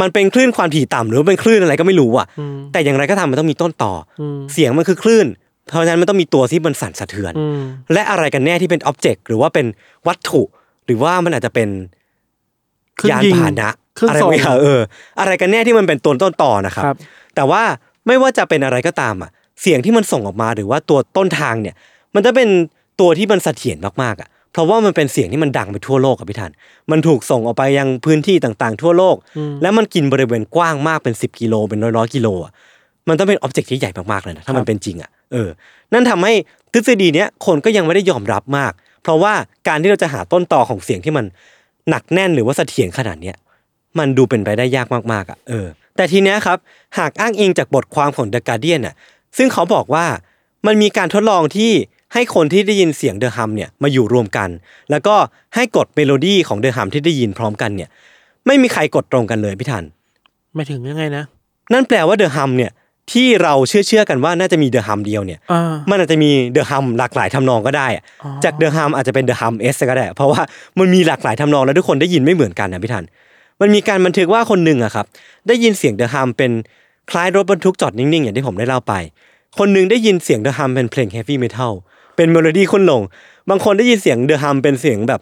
S2: มันเป็นคลื่นความถี่ต่ำหรือว่าเป็นคลื่นอะไรก็ไม่รู้อ่ะ แต่อย่างไรก็ตามมันต้องมีต้นต่ออเสียงมันคือคลื่น เพราะฉะนั้นมันต้องมีตัวที่มันสั่นสะเทือน
S3: อืม
S2: และอะไรกันแน่ที่เป็นอ็อบเจกต์หรือว่าเป็นวัตถุ หรือว่ามันอาจจะเป็น
S3: เครื่อง
S2: ยาน
S3: ยิง
S2: พาหนะ
S3: เครื่อง
S2: อะไร
S3: ส่ง
S2: ไม่เออ อะไรกันแน่ที่มันเป็นตัวต้นต่อนะครับ
S3: ครับ
S2: แต่ว่าไม่ว่าจะเป็นอะไรก็ตามอ่ะ เสียงที่มันส่งออกมาหรือว่าตัวต้นทางเนี่ย มันจะเป็นตัวที่มันเสถียรมากๆอ่ะ เพราะว่ามันเป็นเสียงที่มันดังไปทั่วโลกอะพี่ทัน มันถูกส่งออกไปยังพื้นที่ต่างๆ ทั่วโลก และมันกินบริเวณกว้างมากเป็น 10 กิโลเป็นร้อยๆกิโลอ่ะ มันต้องเป็นอ็อบเจกต์ที่ใหญ่มากๆเลยนะถ้ามันเป็นจริงอ่ะเออ นั่นทำให้ทฤษฎีเนี้ยคนก็ยังไม่ได้ยอมรับมาก เพราะว่าการที่เราจะหาต้นต่อของเสียงที่มันหนักแน่นหรือว่าเสถียรขนาดเนี้ย มันดูเป็นไปได้ยากมากๆอ่ะเออแต่ทีเนี้ยครับ หากอ้างอิงจากบทความของ The Guardian น่ะซึ่งเขาบอกว่ามันมีการทดลองที่ ให้คนที่ได้ยินเสียงเดอะฮัมเนี่ยมาอยู่รวมกัน แล้วก็ให้กดเมโลดี้ของเดอะฮัมที่ได้ยินพร้อมกันเนี่ย ไม่มีใครกดตรงกันเลยพี่ทัน
S3: ไม่ถึงยังไงนะ
S2: นั่นแปลว่าเดอะฮัมเนี่ยที่เราเชื่อเชื่อๆกันว่าน่าจะมีเดอะฮัมเดียวเนี่ย
S3: อ่า
S2: มันอาจจะมีเดอะฮัมหลากหลายทำนองก็ได้อะ
S3: อ๋อ
S2: จากเดอะฮัมอาจจะเป็นเดอะฮัมเอสก็ได้ เพราะว่ามันมีหลากหลายทำนองแล้วทุกคนได้ยินไม่เหมือนกันนะพี่ทัน มันมีการบันทึกว่าคนหนึ่งอะครับ ได้ยินเสียงเดอะฮัมเป็นคล้ายรถบรรทุกจอดนิ่งๆ อย่างที่ผมได้เล่าไป คนหนึ่งได้ยินเสียงเดอะฮัมเป็นเพลงเฮฟวี่เมทัลเป็นเมโลดี้ขึ้นลง บางคนได้ยินเสียงเดอะฮัมเป็นเสียงแบบ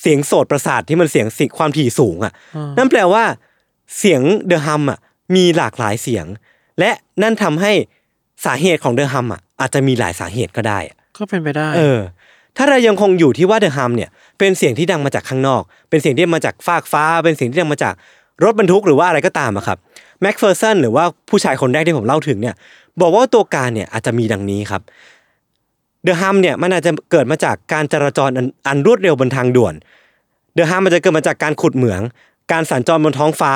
S2: เสียงโสดประสาทที่มันเสียงสิความถี่สูงอะนั่นแปลว่า เสียงเดอะฮัมอะมีหลากหลายเสียง และนั่นทำให้สาเหตุของเดอะฮัมอะอาจจะมีหลายสาเหตุก็ได้อะ
S3: ก็เป็นไปได้
S2: เออ ถ้าเรายังคงอยู่ที่ว่าเดอะฮัมเนี่ยเป็นเสียงที่ดังมาจากข้างนอก เป็นเสียงที่มาจากฟากฟ้า เป็นเสียงที่ดังมาจากรถบรรทุกหรือว่าอะไรก็ตามอะครับแม็กเฟอร์สันหรือว่าผู้ชายคนแรกที่ผมเล่าถึงเนี่ย บอกว่าตัวการเนี่ยอาจจะมีดังนี้ครับเดอะฮัมเนี่ยมันอาจจะเกิดมาจากการจราจรอันอันรวดเร็วบนทางด่วนเดอะฮัมมันจะเกิดมาจากการขุดเหมือง การสัญจรบนท้องฟ้า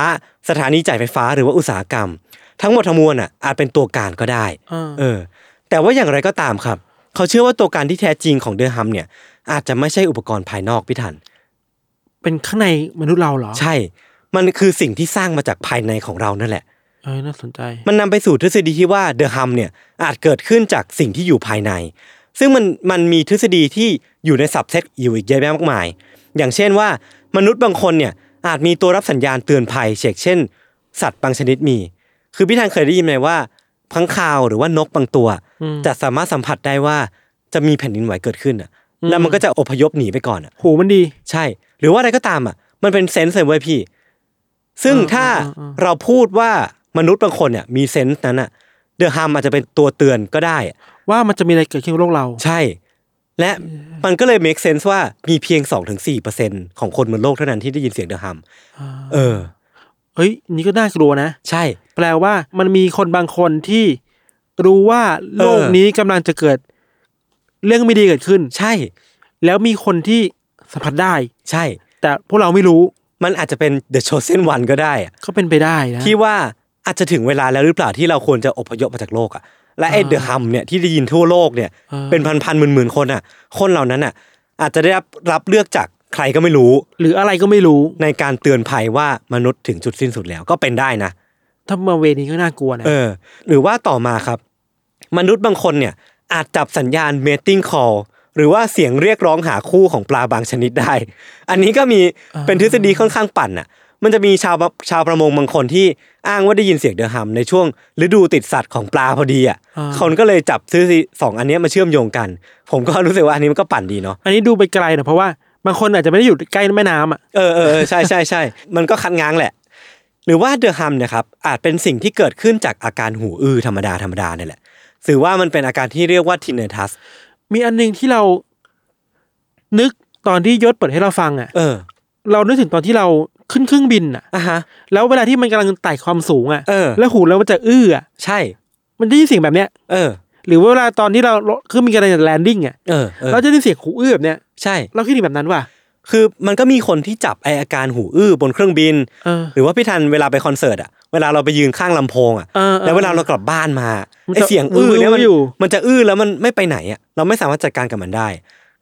S2: สถานีจ่ายไฟฟ้าหรือว่าอุตสาหกรรม ทั้งหมดทั้งมวลอ่ะอาจเป็นตัวการก็ได้
S3: อ่า
S2: เออ แต่ว่าอย่างไรก็ตามครับ เขาเชื่อว่าตัวการที่แท้จริงของเดอะฮัมเนี่ย อาจจะไม่ใช่อุปกรณ์ภายนอกพี่ทัน
S3: เป็นข้างในมนุษย์เราเหรอ
S2: ใช่ มันคือสิ่งที่สร้างมาจากภายในของเรานั่นแหละ
S3: เออน่าสนใจ
S2: มันนำไปสู่ทฤษฎีที่ว่าเดอะฮัมเนี่ยอาจเกิดขึ้นจากสิ่งที่อยู่ภายใน ซึ่งมันมันมีทฤษฎีที่อยู่ในสับเซตอยู่อีกเยอะแยะมากมาย อย่างเช่นว่ามนุษย์บางคนเนี่ยอาจมีตัวรับสัญญาณเตือนภัยเช่นเช่น สัตว์บางชนิดมี คือพี่ทางเคยได้ยินไหมว่าพังคาวหรือว่านกบางตัว
S3: อืม
S2: จะสามารถสัมผัสได้ว่าจะมีแผ่นดินไหวเกิดขึ้นอ่ะแล้วมันก็จะอพยพหนีไปก่อนอ่ะ
S3: หูมันดี
S2: ใช่ หรือว่าอะไรก็ตามอ่ะ มันเป็นเซนส์เลยเว้ยพี่ ซึ่ง
S3: อ่า
S2: ถ้า
S3: อ่าอ่า
S2: เราพูดว่ามนุษย์บางคนเนี่ยมีเซนส์นั้นอ่ะเดอะฮัมอาจจะเป็นตัวเตือนก็ได้อะ
S3: ว่ามันจะมีอะไรเกิดขึ้นกับโลกเรา
S2: ใช่ และมันก็เลย make sense ว่ามีเพียง 2-4%ของคนบนโลกเท่านั้นที่ได้ยินเสียงเดอะฮัมเออ
S3: เอ้ย นี่ก็น่ากลัวนะ
S2: ใช่
S3: แปลว่ามันมีคนบางคนที่รู้ว่าโลกนี้กำลังจะเกิด เรื่องไม่ดีเกิดขึ้น
S2: ใช่
S3: แล้วมีคนที่สัมผัสได้
S2: ใช่
S3: แต่พวกเราไม่รู้
S2: มันอาจจะเป็น the chosen one ก็ได้อะ
S3: ก็เป็นไปได้นะ
S2: ที่ว่าอาจจะถึงเวลาแล้วหรือเปล่าที่เราควรจะอพยพมาจากโลกอ่ะ และไอ้เดอะฮัมเนี่ยที่ได้ยินทั่วโลกเนี่ย
S3: เออ
S2: เป็นพันพันๆหมื่นหมื่นๆคนอ่ะ คนเหล่านั้นอ่ะ อาจจะได้รับรับเลือกจากใครก็ไม่รู้
S3: หรืออะไรก็ไม่รู้
S2: ในการเตือนภัยว่ามนุษย์ถึงจุดสิ้นสุดแล้วก็เป็นได้นะ
S3: ถ้ามาเวนี้ก็น่ากลัวนะ
S2: เออ หรือว่าต่อมาครับ มนุษย์บางคนเนี่ย อาจจับสัญญาณ mating call หรือว่าเสียงเรียกร้องหาคู่ของปลาบางชนิดได้ อันนี้ก็มีเป็นทฤษฎีค่อนข้างปั่นอ่ะ มันจะมีชาวชาวประมงบางคนที่อ้างว่าได้ยินเสียงเดือหำในช่วงฤดูติดสัตว์ของปลาพอดีอ่ะคนก็เลยจับซื้อสองอันเนี้ยมาเชื่อมโยงกัน ผมก็รู้สึกว่าอันนี้มันก็ปั่นดีเนาะ
S3: อันนี้ดูไปไกลหน่อยเพราะว่าบางคนอาจจะไม่ได้อยู่ใกล้แม่น้ำอ่ะ
S2: เออเออเออใช่ใช่ใช่ มันก็คัดง้างแหละ หรือว่าเดอะฮัมเนะครับอาจเป็นสิ่งที่เกิดขึ้นจากอาการหูอื้อธรรมดาธรรมดาเนี่ยแหละถือว่ามันเป็นอาการที่เรียกว่าทินเนทัส
S3: มีอันหนึงที่เรา นึกตอนที่ยศเปิดให้เราฟังอ่ะ
S2: เออ
S3: เรานึกถึงตอนที่เราขึ้นเครื่องบินอ่ะ
S2: อ่ะฮะ
S3: แล้วเวลาที่มันกำลังไต่ความสูงอ่ะ
S2: เออ
S3: แล้วหูเรามันจะอื้ออ่ะ
S2: ใช่
S3: มันได้ยินเสียงแบบเนี้ย
S2: เออ
S3: หรือว่าเวลาตอนที่เราเครื่องบินกำลังจะแลนดิ้งอ่ะ
S2: เออเออ
S3: เราจะได้ยินเสียงหูอื้อแบบเนี้ย
S2: ใช่
S3: เราคิดถึงแบบนั้นว่ะ
S2: คือมันก็มีคนที่จับไออาการหูอื้อบนเครื่องบิน
S3: เออ
S2: หรือว่าพี่ทันเวลาไปคอนเสิร์ตอ่ะเวลาเราไปยืนข้างลำโพงอ่ะ
S3: เออเออ
S2: แล้วเวลาเรากลับบ้านมา
S3: มัน
S2: ไอ
S3: จะ
S2: เสียงอื้อเนี่ยมัน
S3: อื้ออยู่
S2: มันจะอื้อแล้วมันไม่ไปไหนอ่ะเราไม่สามารถจัดการกับมันได้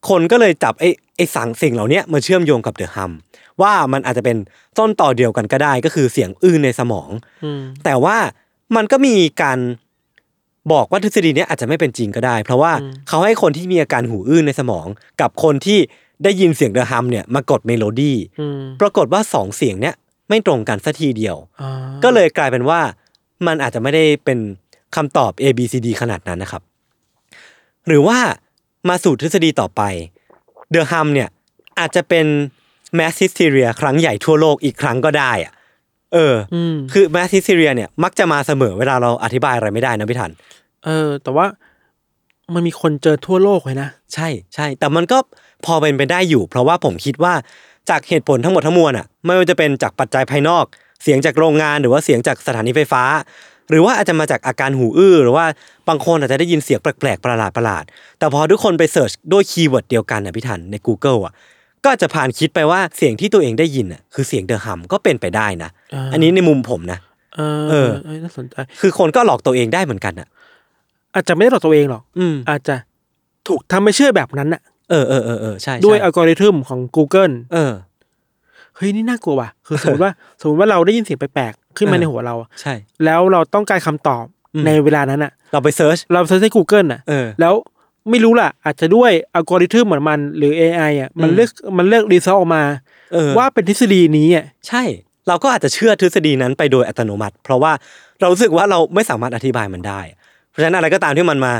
S2: คนก็เลยจับไอไอสังสิ่งเหล่าเนี้ยมาเชื่อมโยงกับเดอะฮัมว่ามันอาจจะเป็นต้นต่อเดียวกันก็ได้ ก็คือเสียงอื้อในสมอง
S3: อืม
S2: แต่ว่ามันก็มีการบอกว่าทฤษฎีเนี้ยอาจจะไม่เป็นจริงก็ได้ เพราะว่าเขาให้คนที่มีอาการหูอื้อในสมอง กับคนที่ได้ยินเสียงเดอะฮัมเนี่ยมากดเมโลดี้
S3: อืม
S2: ปรากฏว่าสองเสียงเนี้ยไม่ตรงกันสักทีเดียว
S3: อ่า
S2: ก็เลยกลายเป็นว่ามันอาจจะไม่ได้เป็นคำตอบ A B C D ขนาดนั้นนะครับ หรือว่ามาสู่ทฤษฎีต่อไปเดอะฮัมเนี่ยอาจจะเป็น mass hysteria ครั้งใหญ่ทั่วโลกอีกครั้งก็ได้อะเอออ
S3: อืม
S2: คือ mass hysteria เนี่ยมักจะมาเสมอเวลาเราอธิบายอะไรไม่ได้นะพี่ทัน
S3: เออ แต่ว่ามันมีคนเจอทั่วโลกเลยนะ
S2: ใช่ใช่แต่มันก็พอเป็นไปได้อยู่ เพราะว่าผมคิดว่าจากเหตุผลทั้งหมดทั้งมวลอ่ะไม่ว่าจะเป็นจากปัจจัยภายนอก เสียงจากโรงงานหรือว่าเสียงจากสถานีไฟฟ้า หรือว่าอาจจะมาจากอาการหูอื้อ หรือว่าบางคนอาจจะได้ยินเสียงแปลกๆประหลาดประหลาดๆแต่พอทุกคนไปเสิร์ชด้วยคีย์เวิร์ดเดียวกันนะพี่ทันใน Google อ่ะก็อาจจะผ่านคิดไปว่าเสียงที่ตัวเองได้ยินอ่ะคือเสียงเดอะฮัมก็เป็นไปได้นะ อันนี้ในมุมผมนะ
S3: เออ
S2: เออ
S3: เอ้ยน่าสนใจ
S2: คือคนก็หลอกตัวเองได้เหมือนกันอ่ะ
S3: อาจจะไม่ได้หลอกตัวเองหรอก
S2: อืม
S3: อาจจะ ถูกทำให้เชื่อแบบนั้นน่ะ
S2: เออเออเออเออใช่ใช่
S3: ด้วยอัลกอริทึมของ Google
S2: เออ
S3: เฮ้ยนี่น่ากลัวว่ะคือสมมติว่า สมมติว่าเราได้ยินเสียงแปลกๆขึ้นมา
S2: เออ
S3: ในหัวเราอะ
S2: ใช่
S3: แล้วเราต้องการคำตอบ
S2: อืม
S3: ในเวลานั้นอ่ะ
S2: เราไปเซิร์ช
S3: เราเซิร์ชใน Google น่ะ
S2: เออ
S3: แล้วไม่รู้ล่ะ อาจจะด้วยอัลกอริทึมเหมือนมันหรือ AI อ่ะมัน
S2: อืม
S3: เลือกมันเลือกรีซอสออกมา
S2: เออ
S3: ว่าเป็นทฤษฎีนี้อ่ะ
S2: ใช่ เราก็อาจจะเชื่อทฤษฎีนั้นไปโดยอัตโนมัติ เพราะว่าเรารู้สึกว่าเราไม่สามารถอธิบายมันได้ เพราะฉะนั้นอะไรก็ตามที่มันมา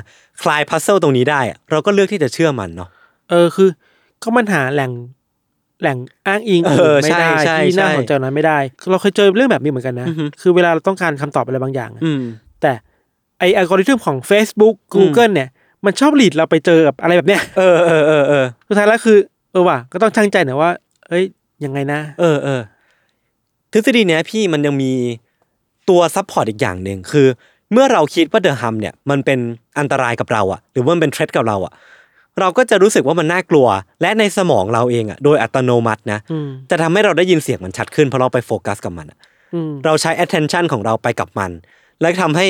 S2: คลายพัซเซิลตรงนี้ได้อะเราก็เลือกที่จะเชื่อมันเนาะ
S3: เออคือ ก็มันหาแหล่งแหล่งอ้างอิง
S2: เออ
S3: อื่นไม่
S2: ใช่
S3: ได้
S2: ใช่
S3: ที่น่า
S2: ใช่
S3: สนใจกว่านั้นไม่ได้คือเราเคยเจอเรื่องแบบนี้เหมือนกันนะ
S2: อือฮึ
S3: คือเวลาเราต้องการคำตอบอะไรบางอย่างอะ
S2: อืม
S3: แต่ไออัลกอริทึมของ Facebook Google เนี่ย มันชอบหลีดเราไปเจอกับอะไรแบบเนี้ย
S2: เออเออเออเออ
S3: สุดท้ายแล้วคือเออว่ะก็ต้องช่างใจหน่อยว่า เอ้ยยังไงนะ
S2: เออเออทฤษฎีเนี้ยพี่มันยังมีตัวซัพพอร์ตอีกอย่างหนึ่งคือ เมื่อเราคิดว่าเดอะฮัมเนี่ย มันเป็นอันตรายกับเราอะหรือว่ามันเป็นเทรดกับเราอะเราก็จะรู้สึกว่ามันน่ากลัว และในสมองเราเองอะโดยอัตโนมัตินะ
S3: อืม
S2: จะทำให้เราได้ยินเสียงมันชัดขึ้นเพราะเราไปโฟกัสกับมันอะ
S3: อืม
S2: เราใช้ attention ของเราไปกับมัน และทำให้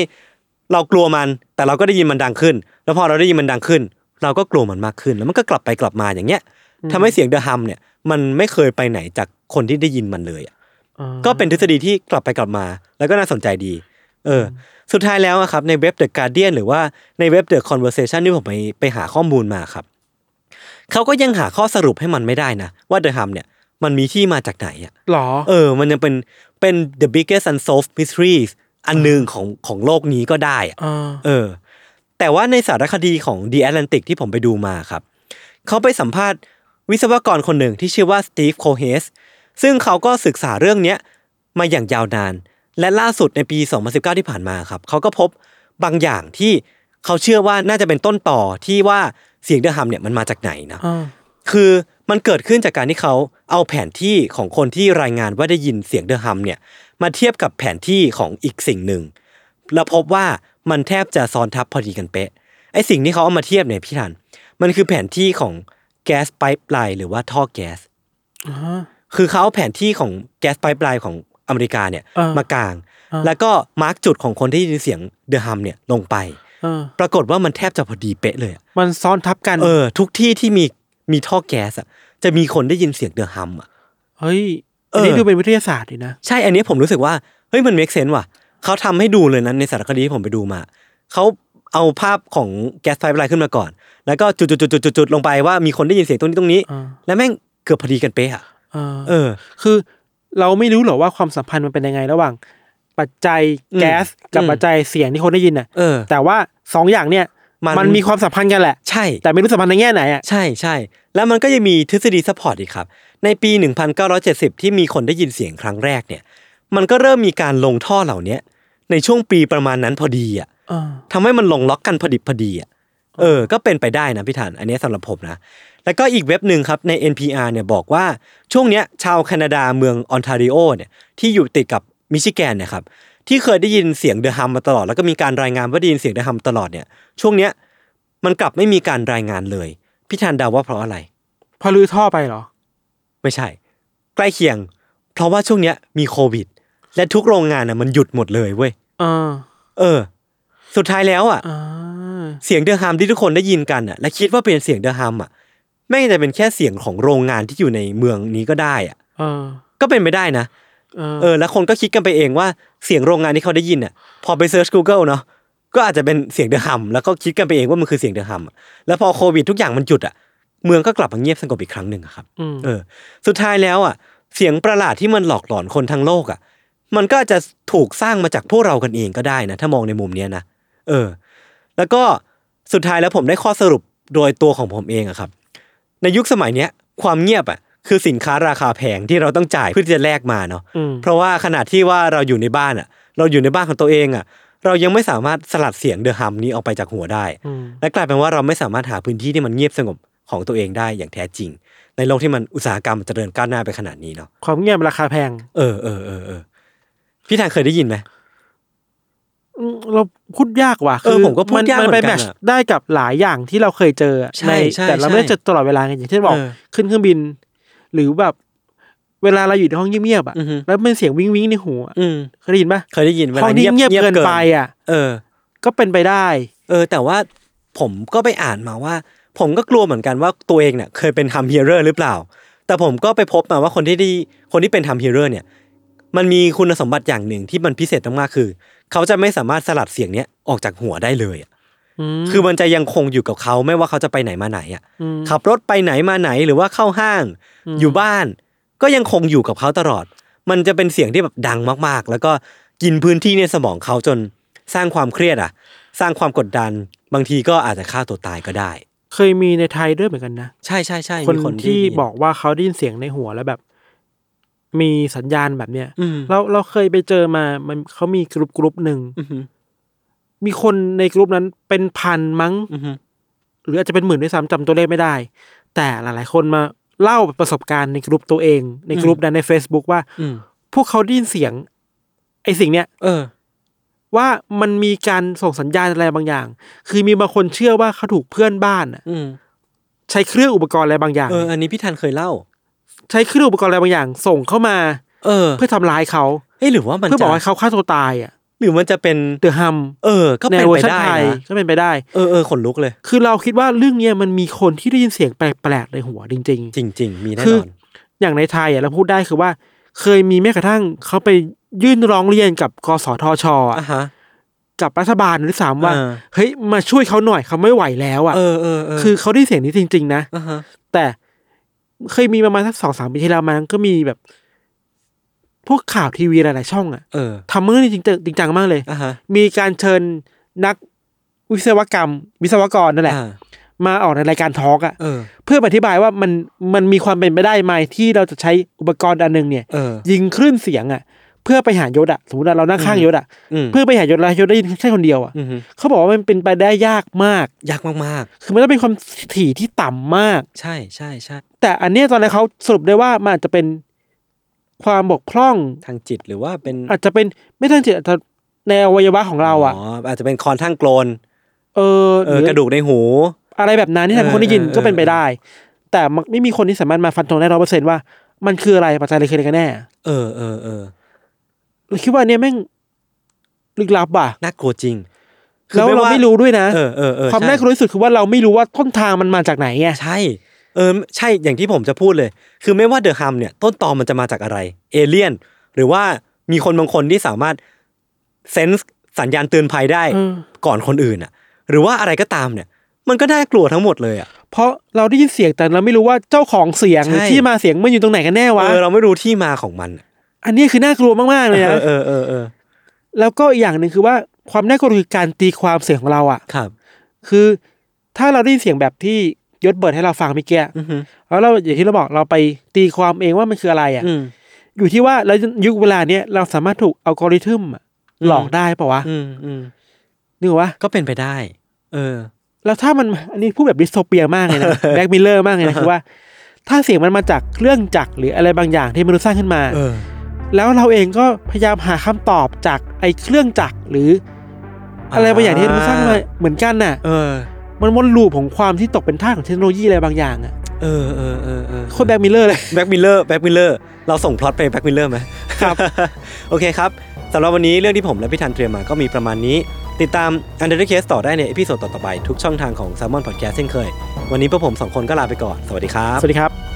S2: เรากลัวมัน แต่เราก็ได้ยินมันดังขึ้น แล้วพอเราได้ยินมันดังขึ้น เราก็กลัวมันมากขึ้น แล้วมันก็กลับไปกลับมาอย่างเงี้ยทำให้เสียงเดอะฮัมเนี่ย มันไม่เคยไปไหนจากคนที่ได้ยินมันเลยอะ
S3: อ่า
S2: ก็เป็นทฤษฎีที่กลับไปกลับมา แล้วก็น่าสนใจดี เออ สุดท้ายแล้วอะครับในเว็บ The Guardian หรือว่าในเว็บ The Conversation ที่ผมไปไปหาข้อมูลมาครับ เขาก็ยังหาข้อสรุปให้มันไม่ได้นะว่าเดอะฮัมเนี่ย มันมีที่มาจากไหนอะ
S3: หรอ
S2: เออ มันยังเป็น เป็น the biggest unsolved mysteries อันหนึ่งของของโลกนี้ก็ได้อะ
S3: อ่า
S2: เออ แต่ว่าในสารคดีของ The Atlantic ที่ผมไปดูมาครับ เขาไปสัมภาษณ์วิศวกรคนหนึ่งที่ชื่อว่าสตีฟโคเฮสซึ่งเขาก็ศึกษาเรื่องเนี้ยมาอย่างยาวนาน และล่าสุดในปี 2019 ที่ผ่านมาครับ เขาก็พบบางอย่างที่เขาเชื่อว่าน่าจะเป็นต้นต่อที่ว่าเสียงเดอะฮัมเนี่ยมันมาจากไหนนะ
S3: อ่า
S2: คือมันเกิดขึ้นจากการที่เขาเอาแผนที่ของคนที่รายงานว่าได้ยินเสียงเดอะฮัมเนี่ยมาเทียบกับแผนที่ของอีกสิ่งหนึ่ง แล้วพบว่ามันแทบจะซ้อนทับพอดีกันเป๊ะไอสิ่งที่เขาเอามาเทียบเนี่ยพี่ทัน มันคือแผนที่ของแก๊สไพป์ไลน์หรือว่าท่อแก๊ส
S3: อ่า
S2: คือเขาเอาแผนที่ของแก๊สไพป์ไลน์ของอเมริกาเนี่ย
S3: เออ
S2: มากาง แล้วก็มาร์กจุดของคนที่ได้ยินเสียงเดอะฮัมเนี่ยลงไป
S3: อ่า
S2: ปรากฏว่ามันแทบจะพอดีเป๊ะเลยอะ
S3: มันซ้อนทับกัน
S2: เออทุกที่ที่มีมีท่อแก๊สอ่ะจะมีคนได้ยินเสียงเดอะฮัมอ่ะ
S3: เฮ้ย
S2: เอ
S3: อั
S2: อ
S3: นนี้ดูเป็นวิทยาศาสตร์ดีนะ
S2: ใช่อันนี้ผมรู้สึกว่าเฮ้ยมันเมคเซน s ์ว่ะเขาทำให้ดูเลยนะในสารคดีที่ผมไปดูมา เขาเอาภาพของแก๊สไฟฟ์ไลน์ขึ้นมาก่อน แล้วก็จุดจุดจุดจุดจุดจุดลงไปว่ามีคนได้ยินเสียงตรงนี้ตรงนี้
S3: อ่า
S2: แล้วแม่งเกือบพอดีกันเป๊ะอ่ะ
S3: อ่า
S2: เออ
S3: คือเราไม่รู้หรอกว่าความสัมพันธ์มันเป็นยังไงระหว่าง ปัจจัย
S2: อืม
S3: แก๊สกับ
S2: อืม
S3: ปัจจัยเสียงที่คนได้ยินน่ะ
S2: เออ
S3: แต่ว่าสองอย่างเนี่ย
S2: มัน
S3: มันมีความสัมพันธ์กันแหละ
S2: ใช่
S3: แต่ไม่รู้สัมพันธ์ในแง่ไหนอ่ะ
S2: ใช่ใช่แล้วมันก็ยังมีทฤษฎีซัพพอร์ตอีกครับ ในปี 1970 ที่มีคนได้ยินเสียงครั้งแรกเนี่ย มันก็เริ่มมีการลงท่อเหล่าเนี้ยในช่วงปีประมาณนั้นพอดีอ่ะ
S3: อ่า
S2: ทำให้มันลงล็อกกันพอดิบพอดีอ่ะ เออ ก็เป็นไปได้นะพี่ฐานอันนี้สำหรับผมนะ แล้วก็อีกเว็บหนึ่งครับใน NPR เนี่ยบอกว่าช่วงเนี้ยชาวแคนาดาเมืองออนทาริโอเนี่ยที่อยู่ติดกับมิชิแกนเนี่ยครับที่เคยได้ยินเสียงเดอะฮัมมาตลอด แล้วก็มีการรายงานว่าได้ยินเสียงเดอะฮัมตลอดเนี่ยช่วงเนี้ยมันกลับไม่มีการรายงานเลยพี่ธานเดาว่าเพราะอะไร
S3: พอลือท่อไปเหรอ
S2: ไม่ใช่ ใกล้เคียง เพราะว่าช่วงเนี้ยมีโควิด และทุกโรงงานน่ะมันหยุดหมดเลยเว้ย
S3: อ่า
S2: เออ สุดท้ายแล้วอ่ะ
S3: อ่า
S2: เสียงเดอะฮัมที่ทุกคนได้ยินกันอ่ะและคิดว่าเป็นเสียงเดอะฮัมอ่ะไม่งจะเป็นแค่เสียงของโรงงานที่อยู่ในเมืองนี้ก็ได้อ่ะ
S3: เออ
S2: ก็เป็นไปได้นะ
S3: เออ
S2: เออ แล้วคนก็คิดกันไปเองว่าเสียงโรงงานที่เขาได้ยินอ่ะ พอไปเซิร์ช Google เนาะก็อาจจะเป็นเสียงเดอะฮัมแล้วก็คิดกันไปเองว่ามันคือเสียงเดอะฮัมอะแล้วพอโควิดทุกอย่างมันหยุดอ่ะเมืองก็กลับมาเงียบสงบอีกครั้งหนึ่งอะครับ
S3: อืม
S2: เออ สุดท้ายแล้วอ่ะ เสียงประหลาดที่มันหลอกหลอนคนทั้งโลกอ่ะ มันก็อาจจะถูกสร้างมาจากพวกเรากันเองก็ได้นะ ถ้ามองในมุมเนี้ยนะ เออ แล้วก็สุดท้ายแล้วผมได้ข้อสรุปโดยตัวของผมเองอะครับ ในยุคสมัยเนี้ย ความเงียบอ่ะ คือสินค้าราคาแพงที่เราต้องจ่ายเพื่อที่จะแลกมาเนาะ
S3: อืม
S2: เพราะว่าขนาดที่ว่าเราอยู่ในบ้านอ่ะ เราอยู่ในบ้านของตัวเองอ่ะ เรายังไม่สามารถสลัดเสียงเดอะฮัมนี้ออกไปจากหัวได้
S3: อืม
S2: และกลายเป็นว่าเราไม่สามารถหาพื้นที่ที่มันเงียบสงบของตัวเองได้อย่างแท้จริง ในโลกที่มันอุตสาหกรรมมันเจริญก้าวหน้าไปขนาดนี้เนาะ
S3: ความเงียบราคาแพง
S2: เออเออเออเออพี่ทางเคยได้ยินไหม
S3: อืมเราพูดยากว่ะ
S2: เออผมก็พูดยากเหมือนกัน
S3: ไป
S2: อะ
S3: แมชได้กับหลายอย่างที่เราเคยเจออะ
S2: ใช่
S3: น
S2: ใช่
S3: แต่เรา
S2: ใช่
S3: ไม่ได้เจอตลอดเวลาไงอย่างเช่นบอก
S2: เออ
S3: ขึ้นเครื่องบิน หรือแบบ เวลาเราอยู่ในห้องเงียบๆอ่ะ
S2: อือฮึ
S3: แล้วเป็นเสียงวิ่งวิ่งในหูอะ
S2: อืม
S3: เคยได้ยินปะ
S2: เคยได้ยินเว
S3: ห้อ
S2: ลาง เงี
S3: ที่
S2: ยบ
S3: เงียบเกินไปอ่ะ
S2: เออ
S3: ก็เป็นไปได้
S2: เออ แต่ว่าผมก็ไปอ่านมาว่า ผมก็กลัวเหมือนกันว่าตัวเองเนี่ยเคยเป็นทำเฮียเรอร์หรือเปล่า แต่ผมก็ไปพบมาว่าคนที่ได้คนที่เป็นทำเฮียเรอร์เนี่ย มันมีคุณสมบัติอย่างหนึ่งที่มันพิเศษมากๆคือ เขาจะไม่สามารถสลัดเสียงเนี้ยออกจากหัวได้เลยอะคือมันจะยังคงอยู่กับเขาไม่ว่าเขาจะไปไหนมาไหนอ่ะ ขับรถไปไหนมาไหนหรือว่าเข้าห้าง อยู่บ้าน ก็ยังคงอยู่กับเขาตลอด มันจะเป็นเสียงที่แบบดังมากๆ แล้วก็กินพื้นที่ในสมองเขาจนสร้างความเครียดอ่ะ สร้างความกดดัน บางทีก็อาจจะฆ่าตัวตายก็ได้
S3: เคยมีในไทยด้วยเหมือนกันนะ
S2: ใช่ใช่ใช่
S3: คน
S2: มี
S3: ที่
S2: ได้ยิน
S3: บอกว่าเขาได้ยินเสียงในหัวแล้วแบบ มีสัญญาณแบบเนี้ย
S2: อืม
S3: เราเราเคยไปเจอมามันเขามีกลุ่มกลุ่มหนึ่ง
S2: อือหือ
S3: มีคนในกลุ่มนั้นเป็นพันมั้ง
S2: อือหือ
S3: หรืออาจจะเป็นหมื่นด้วยซ้ำจำตัวเลขไม่ได้ แต่หลาย ๆ คนมาเล่าประสบการณ์ในกลุ่มตัวเอง ในกลุ่มนั้นใน Facebook ว่า
S2: อืม
S3: พวกเขาได้ยินเสียง ไอ้สิ่งเนี้ย
S2: เออ
S3: ว่ามันมีการส่งสัญญาณอะไรบางอย่าง คือมีบางคนเชื่อว่าเขาถูกเพื่อนบ้านน่ะ
S2: อืม
S3: ใช้เครื่องอุปกรณ์อะไรบางอย่าง
S2: เออ อันนี้พี่ทันเคยเล่า
S3: ใช้เครื่องอุปกรณ์อะไรบางอย่าง ส่งเข้ามา
S2: เออ
S3: เพื่อทำร้ายเขา
S2: เฮ้ยหรือว่ามัน
S3: เพื่อ
S2: จะ
S3: บอกให้เขาฆ่าตัวตายอ่ะ
S2: หรือมันจะเป็น
S3: เดอะฮัม
S2: เออ ก็
S3: ใน
S2: เป็น
S3: เวอ
S2: ไป
S3: ร์ชัน
S2: ได้
S3: ไทย
S2: นะ
S3: ก็เป็นไปได้
S2: เออเออขนลุกเลย
S3: คือเราคิดว่าเรื่องเนี้ยมันมีคนที่ได้ยินเสียงแปลกๆในหัวจริง
S2: จริง ๆ มีแน่
S3: คื
S2: น
S3: อ
S2: อน
S3: ๆ อย่างในไทยอ่ะเราพูดได้คือว่า เคยมีแม้กระทั่งเขาไปยื่นร้องเรียนกับกสทชอะ
S2: อ่ะฮะ
S3: กับรัฐบาลหรือสามว่า
S2: เออ
S3: เฮ้ยมาช่วยเขาหน่อยเขาไม่ไหวแล้วอ่ะ
S2: เออเออเออ
S3: คือเขาได้เสียงนี้จริง ๆ นะ
S2: อ่ะฮะ
S3: แต่เคยมีประมาณสักสองสามปีที่แล้วมันก็มีแบบ พวกข่าวทีวีหลาย ๆ ช่องอะ
S2: เออ
S3: ทำเรื่องนี้จริงๆจริงจังมากเลย
S2: อ่ะฮะ
S3: มีการเชิญนักวิศวกรรม วิศวกรนั่นแหละ
S2: อ่า
S3: มาออกในรายการทอล์กอะ
S2: เออ
S3: เพื่ออธิบายว่ามันมันมีความเป็นไปได้ไหมที่เราจะใช้อุปกรณ์อันหนึ่งเนี่ย
S2: เออ
S3: ยิงคลื่นเสียงอะเพื่อไปหายศอะสมมติว่าเรานั่งข้างยศอะ
S2: อืม
S3: เพื่อไปหายศแล้วยศได้ยินแค่คนเดียวอะ
S2: อหือ
S3: เขาบอกว่ามันเป็นไปได้ยากมาก
S2: ยากมาก
S3: คือมันต้องเป็นความถี่ที่ต่ำมาก
S2: ๆ ใช่ใช่ใช่
S3: แต่อันเนี้ยตอนแรกเขาสรุปได้ว่ามันอาจจะเป็นความบกพร่อง
S2: ทางจิตหรือว่าเป็น
S3: อาจจะเป็นไม่ทั้งจิตอาจจะในอวัยวะของเราอ่ะ
S2: อาจจะเป็นคอนทั้งโกลน
S3: เออ
S2: เอ
S3: ห
S2: อ
S3: อก
S2: ระดูกในหู
S3: อะไรแบบนั้นที่ทำให้คนได้ยิน
S2: เออเออ
S3: ก็เป็นไปได้ แต่มันไม่มีคนที่สามารถมาฟันธงได้ร้อยเปอร์เซนต์ว่า มันคืออะไรปัจจัยอะไรคืออะไรกันแน่
S2: เออเออเออ
S3: เราคิดว่าอันเนี่ยแม่งลึกลับอ่ะ
S2: น่ากลัวจริง คือ
S3: แล้ว
S2: ไม่
S3: เรา
S2: ว่า
S3: ไม่รู้ด้วยนะ
S2: เออเออเออ
S3: ความ
S2: ใช่
S3: น่ากลัวที่สุดคือว่าเราไม่รู้ว่าต้นทางมันมาจากไหนไง
S2: ใช่ เออ ใช่อย่างที่ผมจะพูดเลย คือไม่ว่าเดอะฮัมเนี่ย ต้นตอมันจะมาจากอะไร เอเลี่ยน หรือว่ามีคนบางคนที่สามารถเซนส์สัญญาณเตือนภัยได้ก่อนคนอื่นอ่ะ หรือว่าอะไรก็ตามเนี่ย มันก็น่ากลัวทั้งหมดเลยอ่ะ
S3: เพราะเราได้ยินเสียงแต่เราไม่รู้ว่าเจ้าของเสียงหรือ
S2: ใช่
S3: ที่มาเสียงมันอยู่ตรงไหนกันแน่วะ
S2: เออเราไม่รู้ที่มาของมันอะ
S3: อันเนี้ยคือน่ากลัวมากๆเลย
S2: เอ
S3: นะ
S2: อเออเออเออ
S3: แล้วก็อีกอย่างหนึ่งคือว่าความน่ากลัวคือการตีความเสียงของเราอะ่ะ
S2: ครับ
S3: คือถ้าเราได้ยินเสียงแบบที่ยศเบิร์ดให้เราฟังเมื่อกี้
S2: อือฮึ
S3: แล้วเราอย่างที่เราบอกเราไปตีความเองว่ามันคืออะไร
S2: อื
S3: อะ่ะ
S2: ม
S3: อยู่ที่ว่าแล้วยุคเวลาเนี้ยเราสามารถถูกอัลกอริทึมอะ
S2: อืม
S3: หลอกได้ปะวะ
S2: อืมอืม
S3: นึกว่า
S2: ก็เป็นไปได้ เออ
S3: แล้วถ้ามันอันนี้พูดแบบดิสโทเปียมากเลย
S2: (laughs)
S3: นะ แบล็กมิลเลอร์มากเลยนะคือว่า ถ้าเสียงมันมาจากเครื่องจักรหรืออะไรบางอย่างที่มนุษย์สร้างขึ้นมา
S2: เออ
S3: แล้วเราเองก็พยายามหาคำตอบจากไอ้เครื่องจักรหรือ อะไรบางอย่างที่มนุษย์สร้างมาเหมือนกันน่ะ
S2: เออ
S3: มันวนลูปของความที่ตกเป็นท่าสของเทคโนโลยีอะไรบางอย่างอ่ะ
S2: เออเออเออเออ
S3: โคตรแบล็กมิลเลอร์เลย
S2: แบ็กมิลเลอร์แบ็กมิลเลอร์ เราส่งพล็อตไปแบ็กมิลเลอร์ไหมครับ (laughs) โอเคครับ สำหรับวันนี้เรื่องที่ผมและพี่ธันเตรียมมาก็มีประมาณนี้ ติดตาม u n d e r t a Case ต่อได้ในเอพิโซดต่อๆไป ทุกช่องทางของ s ซ l m o n Podcast เช่นเคย วันนี้พวกผมสองคนก็ลาไปก่อน สวัสดีครับ
S3: สวัสดีครับ